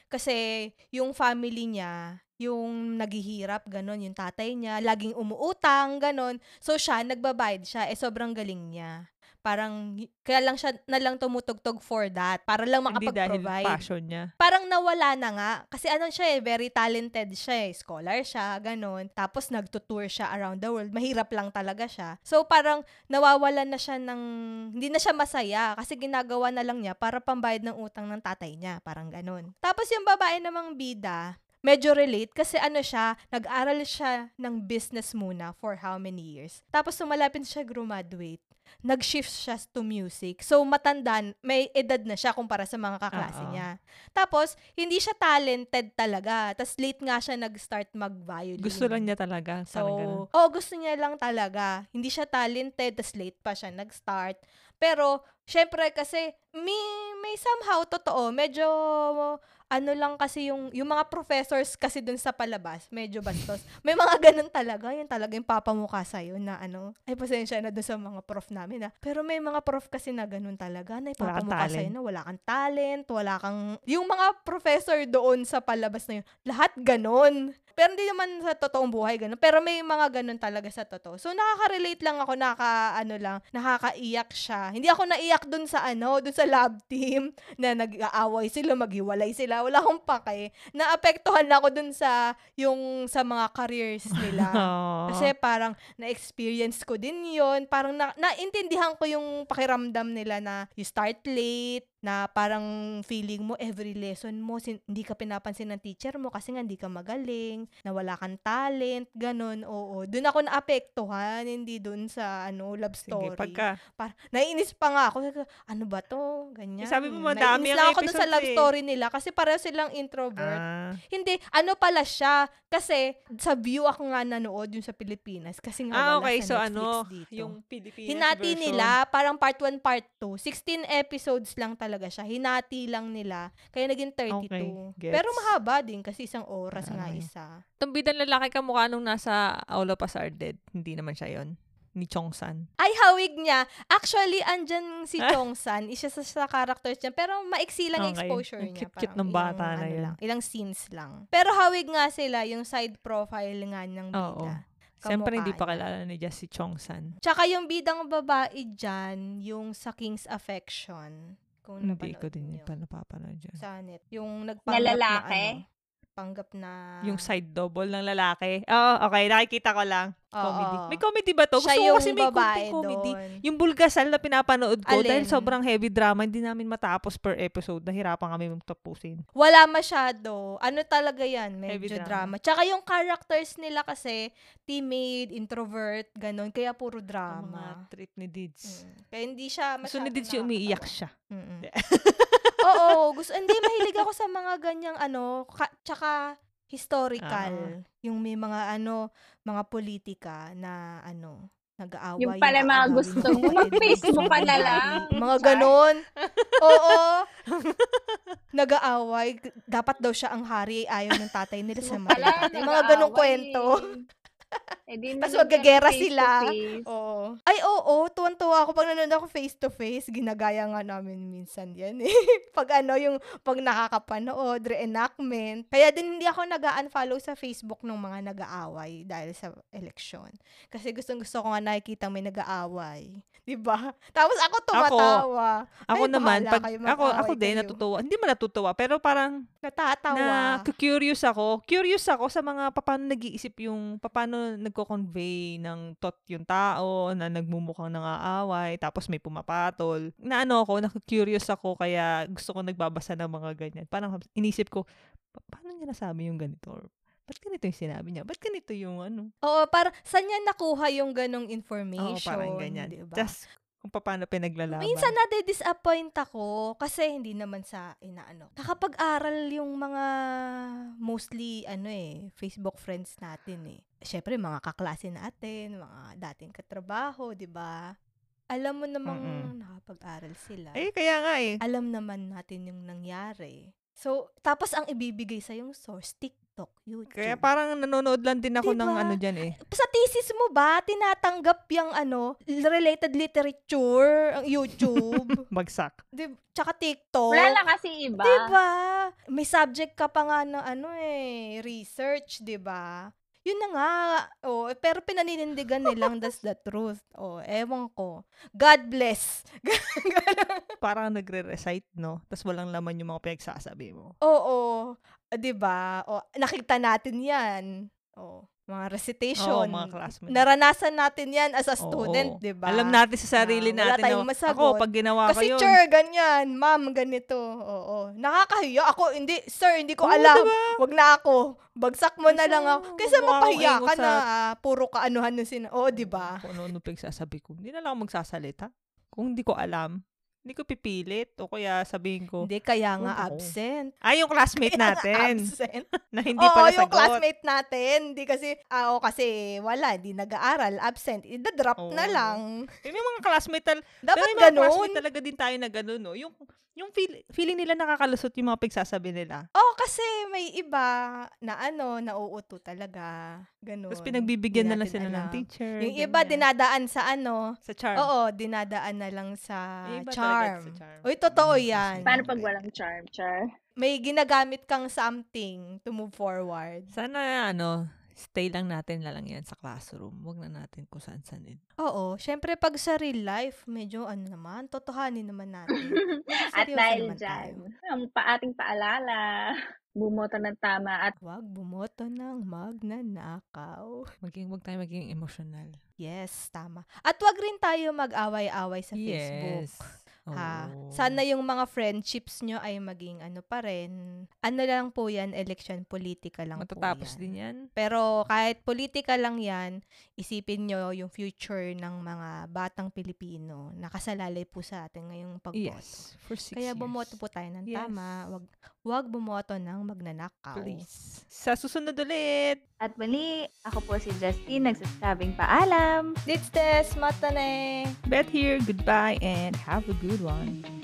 Speaker 2: kasi yung family niya, yung naghihirap, ganun, yung tatay niya, laging umuutang, ganun. So siya, nagbabayad siya, eh sobrang galing niya. Parang, kaya lang siya na lang tumutugtog for that, para lang
Speaker 3: Hindi dahil
Speaker 2: makapag-provide.
Speaker 3: passion niya.
Speaker 2: Parang nawala na nga, kasi ano siya eh, very talented siya eh, scholar siya, ganun. Tapos nagtutour siya around the world, mahirap lang talaga siya. So parang nawawala na siya ng, hindi na siya masaya kasi ginagawa na lang niya para pambayad ng utang ng tatay niya, parang ganun. Tapos yung babae namang bida, medyo relate kasi ano siya, nag-aral siya ng business muna for how many years. Tapos sumalapin siya graduate nag-shift siya to music. So, matanda, may edad na siya kumpara sa mga kaklase
Speaker 3: Oo.
Speaker 2: niya. Tapos, hindi siya talented talaga. Tapos, late nga siya nag-start mag-violin.
Speaker 3: Gusto lang niya talaga.
Speaker 2: So,
Speaker 3: Parang ganun.
Speaker 2: oh, gusto niya lang talaga. Hindi siya talented, tas late pa siya nag-start. Pero, syempre kasi, may, may somehow, totoo, medyo, ano lang kasi yung, yung mga professors kasi dun sa palabas, medyo bastos. May mga ganun talaga, yun talaga yung papamukha sa'yo na ano, ay pasensya na dun sa mga prof namin ah. Pero may mga prof kasi na ganun talaga,
Speaker 3: Wala
Speaker 2: na
Speaker 3: kang
Speaker 2: ipapamukha
Speaker 3: talent.
Speaker 2: sa'yo na wala kang talent, wala kang, yung mga professor doon sa palabas na yun, lahat ganun. Pero hindi naman sa totoong buhay ganun. Pero may mga ganun talaga sa totoo. So nakaka-relate lang ako, nakaka ano lang, nakakaiyak siya. Hindi ako naiyak dun sa ano, dun sa lab team na nag-aaway sila, maghiwalay sila. Wala akong pake. Naapektuhan na ako dun sa yung sa mga careers nila.
Speaker 3: Oo.
Speaker 2: Kasi parang na-experience ko din yon Parang na- naintindihan ko yung pakiramdam nila na you start late, na parang feeling mo every lesson mo sin- hindi ka pinapansin ng teacher mo kasi nga hindi ka magaling, na wala kang talent, ganun. Oo, doon ako naapektuhan, hindi doon sa ano love
Speaker 3: Sige,
Speaker 2: story.
Speaker 3: pagka.
Speaker 2: Par- naiinis pa nga ako. Sabi ko, Ano ba to?
Speaker 3: Eh,
Speaker 2: Ganyan.
Speaker 3: sabi mo, madami ang
Speaker 2: Naiinis lang ako dun sa
Speaker 3: episodes
Speaker 2: love
Speaker 3: eh.
Speaker 2: story nila kasi pareho silang introvert.
Speaker 3: Ah,
Speaker 2: Hindi, ano pala siya? Kasi sa view ako nga nanood yung sa Pilipinas kasi nga
Speaker 3: ah
Speaker 2: wala
Speaker 3: okay. So,
Speaker 2: sa Netflix
Speaker 3: ano,
Speaker 2: dito.
Speaker 3: yung Pilipinas version.
Speaker 2: Hinati nila, parang part 1, part 2. 16 episodes lang talaga siya. Hinati lang nila. Kaya naging 32.
Speaker 3: Okay, gets.
Speaker 2: Pero mahaba din kasi isang oras nga
Speaker 3: Ah.
Speaker 2: isa.
Speaker 3: Itong bidang lalaki ka mukha nung nasa All of Us Are Dead. Hindi naman siya yon Ni Chong San.
Speaker 2: Ay, hawig niya. Actually, andyan si
Speaker 3: Ah.
Speaker 2: Chong San. Isa sa, sa characters niya. Pero maiksi lang yung
Speaker 3: Okay.
Speaker 2: exposure
Speaker 3: Ang
Speaker 2: niya.
Speaker 3: cute-cute
Speaker 2: Parang
Speaker 3: ng bata
Speaker 2: ilang,
Speaker 3: na
Speaker 2: ano
Speaker 3: yun.
Speaker 2: lang, ilang scenes lang. Pero hawig nga sila yung side profile nga ng bida.
Speaker 3: Oo. Siyempre, hindi pa
Speaker 2: Kamukha
Speaker 3: kilala ni Jess si Chong San.
Speaker 2: Tsaka yung bidang babae dyan, yung sa King's Affection. Kung
Speaker 3: Hindi
Speaker 2: napanood
Speaker 3: ko din
Speaker 2: niyo.
Speaker 3: yun pala napapanood yun.
Speaker 2: sa net. Yung nagpanggap na,
Speaker 4: lalaki?
Speaker 2: ano, panggap na...
Speaker 3: Yung side double ng lalaki. Oo, okay. Nakikita ko lang.
Speaker 2: Oo.
Speaker 3: comedy. May comedy ba to? Gusto
Speaker 2: Siya
Speaker 3: ko
Speaker 2: yung
Speaker 3: kasi may
Speaker 2: babae
Speaker 3: kunting comedy.
Speaker 2: doon.
Speaker 3: Yung Bulgasal na pinapanood ko dahil
Speaker 2: Alin?
Speaker 3: sobrang heavy drama, hindi namin matapos per episode. Nahirapan kami tapusin.
Speaker 2: Wala masyado. Ano talaga yan?
Speaker 3: Heavy
Speaker 2: Medyo
Speaker 3: drama.
Speaker 2: drama. Tsaka yung characters nila kasi, teammate, introvert, ganun. Kaya puro
Speaker 3: Ang mga
Speaker 2: drama.
Speaker 3: trip ni Dids.
Speaker 2: Mm. Kaya hindi siya masyado
Speaker 3: So ni Dids yung umiiyak siya.
Speaker 2: Mm-mm. Oo, gusto. Hindi, mahilig ako sa mga ganyang ano, ka- tsaka historical. Yung may mga ano, mga politika na ano, nag-aaway.
Speaker 4: Yung pala mga
Speaker 2: aagawin
Speaker 4: gusto
Speaker 2: ng
Speaker 4: mo,
Speaker 2: kapatid.
Speaker 4: mag-Facebook ka na lang.
Speaker 2: mga ganon. Oo. Nag-aaway. Dapat daw siya ang hari. eh, Ayaw ng tatay nila ano sa mga
Speaker 4: Wala,
Speaker 2: tatay. Mga ganong
Speaker 4: nag-aaway.
Speaker 2: kwento.
Speaker 4: Eh, di
Speaker 2: Tas
Speaker 4: nalagyan
Speaker 2: magagera
Speaker 4: face to
Speaker 2: sila.
Speaker 4: face.
Speaker 2: Oo. Ay, oo. Tuwan-tuwa ako pag nanonood ako face-to-face. Ginagaya nga namin minsan yan eh. pag ano, yung pag nakakapanood, reenactment. Kaya din hindi ako nag unfollow sa Facebook ng mga nag-aaway dahil sa election. Kasi gustong-gusto ko nga nakikita may nag-aaway. 'Di ba? Tapos ako tumatawa.
Speaker 3: Ako
Speaker 2: Ay,
Speaker 3: naman,
Speaker 2: bahala
Speaker 3: pag,
Speaker 2: kayo,
Speaker 3: ako, ako
Speaker 2: mag-away
Speaker 3: din
Speaker 2: kayo.
Speaker 3: natutuwa. Hindi man natutuwa, pero parang
Speaker 2: Natatawa.
Speaker 3: na curious ako. Curious ako sa mga paano nag-iisip yung paano nagko-convey ng thought yung tao na nagmumukhang nangaaway tapos may pumapatol. Na ano ako, na-curious ako kaya gusto ko nagbabasa ng mga ganyan. Parang inisip ko, "Pa- paano niya nasabi yung ganito? Or, Ba't ganito yung sinabi niya? Ba't ganito yung ano?
Speaker 2: Oo, para saan niya nakuha yung ganong information?
Speaker 3: Oo, parang ganyan.
Speaker 2: di ba?
Speaker 3: Just kung paano pinaglalaban.
Speaker 2: Minsan nade-disappoint ako kasi hindi naman sa inaano. Nakapag-aral yung mga mostly ano eh, Facebook friends natin eh. Siyempre mga kaklase natin, mga dating katrabaho, 'di ba? Alam mo namang
Speaker 3: Mm-mm.
Speaker 2: nakapag-aral sila.
Speaker 3: Eh, kaya nga eh.
Speaker 2: Alam naman natin yung nangyari. So, tapos ang ibibigay sa yung source TikTok, YouTube.
Speaker 3: Kaya parang nanonood lang din ako ng
Speaker 2: Diba?
Speaker 3: ano dyan eh.
Speaker 2: sa thesis mo ba tinatanggap yung ano, related literature, ang YouTube?
Speaker 3: Bagsak.
Speaker 2: Di, tsaka TikTok.
Speaker 4: Wala lang kasi iba.
Speaker 2: Diba? May subject ka pa nga na ano eh, research, diba? Yun na nga. Oh, pero pinaninindigan nilang that's the truth. Oh, ewan ko. God bless.
Speaker 3: parang nagre-recite, no? Tapos walang laman yung mga pinagsasabi mo.
Speaker 2: Oo. 'Di ba? O nakita natin 'yan. O, mga recitation.
Speaker 3: Oo, mga classmates.
Speaker 2: Naranasan natin 'yan as a student,
Speaker 3: Oo.
Speaker 2: diba? 'di ba?
Speaker 3: Alam natin sa sarili
Speaker 2: Na wala
Speaker 3: natin.
Speaker 2: tayong
Speaker 3: na,
Speaker 2: masagot.
Speaker 3: Ako, pag ginawa ko
Speaker 2: Kasi
Speaker 3: yun.
Speaker 2: sure, ganyan. Ma'am, ganito. Oo. Nakakahiya. Ako, hindi. Sir, hindi
Speaker 3: Oo,
Speaker 2: ko alam.
Speaker 3: diba?
Speaker 2: Wag na ako. Bagsak mo na
Speaker 3: Kaysa
Speaker 2: lang ako.
Speaker 3: ano, mukha
Speaker 2: Kaysa
Speaker 3: akong
Speaker 2: mapahiya ka
Speaker 3: ingot sa-
Speaker 2: na. ah, Puro kaanuhan nung sina... Oo, diba? di ba?
Speaker 3: Kung ano-ano pinagsasabi ko. Hindi na lang ako magsasalita. Kung hindi ko alam, hindi ko pipilit. O kaya sabihin ko,
Speaker 2: Hindi, kaya nga
Speaker 3: Oo.
Speaker 2: absent.
Speaker 3: ay, yung classmate
Speaker 2: Kaya nga
Speaker 3: natin
Speaker 2: absent.
Speaker 3: na hindi
Speaker 2: Oo,
Speaker 3: pala
Speaker 2: yung
Speaker 3: sagot.
Speaker 2: classmate natin. Hindi kasi, ah, oo, kasi wala, hindi nag-aaral, absent. Idadrop na
Speaker 3: Oo.
Speaker 2: lang.
Speaker 3: Eh, May mga classmate, tal-
Speaker 2: Dapat
Speaker 3: pero may mga
Speaker 2: ganun.
Speaker 3: classmate talaga din tayo na ganun, no? Yung, yung feel- feeling nila nakakalusot yung mga pagsasabi nila.
Speaker 2: Oo, kasi may iba na ano, nauuto talaga. Ganun.
Speaker 3: Tapos pinagbibigyan
Speaker 2: Hindi
Speaker 3: na lang
Speaker 2: natin
Speaker 3: sila ng
Speaker 2: alam.
Speaker 3: teacher.
Speaker 2: Yung iba,
Speaker 3: ganyan.
Speaker 2: dinadaan sa ano.
Speaker 3: Sa charm.
Speaker 2: Oo, dinadaan na lang sa
Speaker 3: Yung iba talaga
Speaker 2: charm.
Speaker 3: sa charm.
Speaker 2: Uy, totoo
Speaker 3: Mm,
Speaker 2: yan.
Speaker 4: Paano pag walang charm, char?
Speaker 2: May ginagamit kang something to move forward.
Speaker 3: Sana ano, stay lang natin na lang yan sa classroom. Huwag na natin kung saan saan.
Speaker 2: Oo, syempre pag sa real life, medyo ano naman, totohanin naman natin. Medyo
Speaker 4: At
Speaker 2: seryoso
Speaker 4: dahil
Speaker 2: naman
Speaker 4: dyan,
Speaker 2: tayo.
Speaker 4: ang paating paalala, bumoto ng tama at
Speaker 2: Huwag bumoto ng magnanakaw.
Speaker 3: Maging, huwag tayo maging emotional.
Speaker 2: Yes, tama. At wag rin tayo mag-away-away sa Facebook. Ha?
Speaker 3: Oo.
Speaker 2: Ah, Sana yung mga friendships nyo ay maging ano pa rin. Ano lang po yan, election politika lang
Speaker 3: Matatapos
Speaker 2: po yan.
Speaker 3: din yan.
Speaker 2: Pero kahit politika lang yan, isipin nyo yung future ng mga batang Pilipino na kasalalay po sa atin ngayong pagboto.
Speaker 3: Yes. For six
Speaker 2: Kaya
Speaker 3: years.
Speaker 2: bumoto po tayo ng
Speaker 3: Yes.
Speaker 2: tama. Wag, wag bumoto ng magnanakaw.
Speaker 3: Please. Sa susunod ulit.
Speaker 1: At muli, ako po si Justine, nagsasabing paalam!
Speaker 2: This test, matane!
Speaker 3: Bet here. Goodbye and have a good one.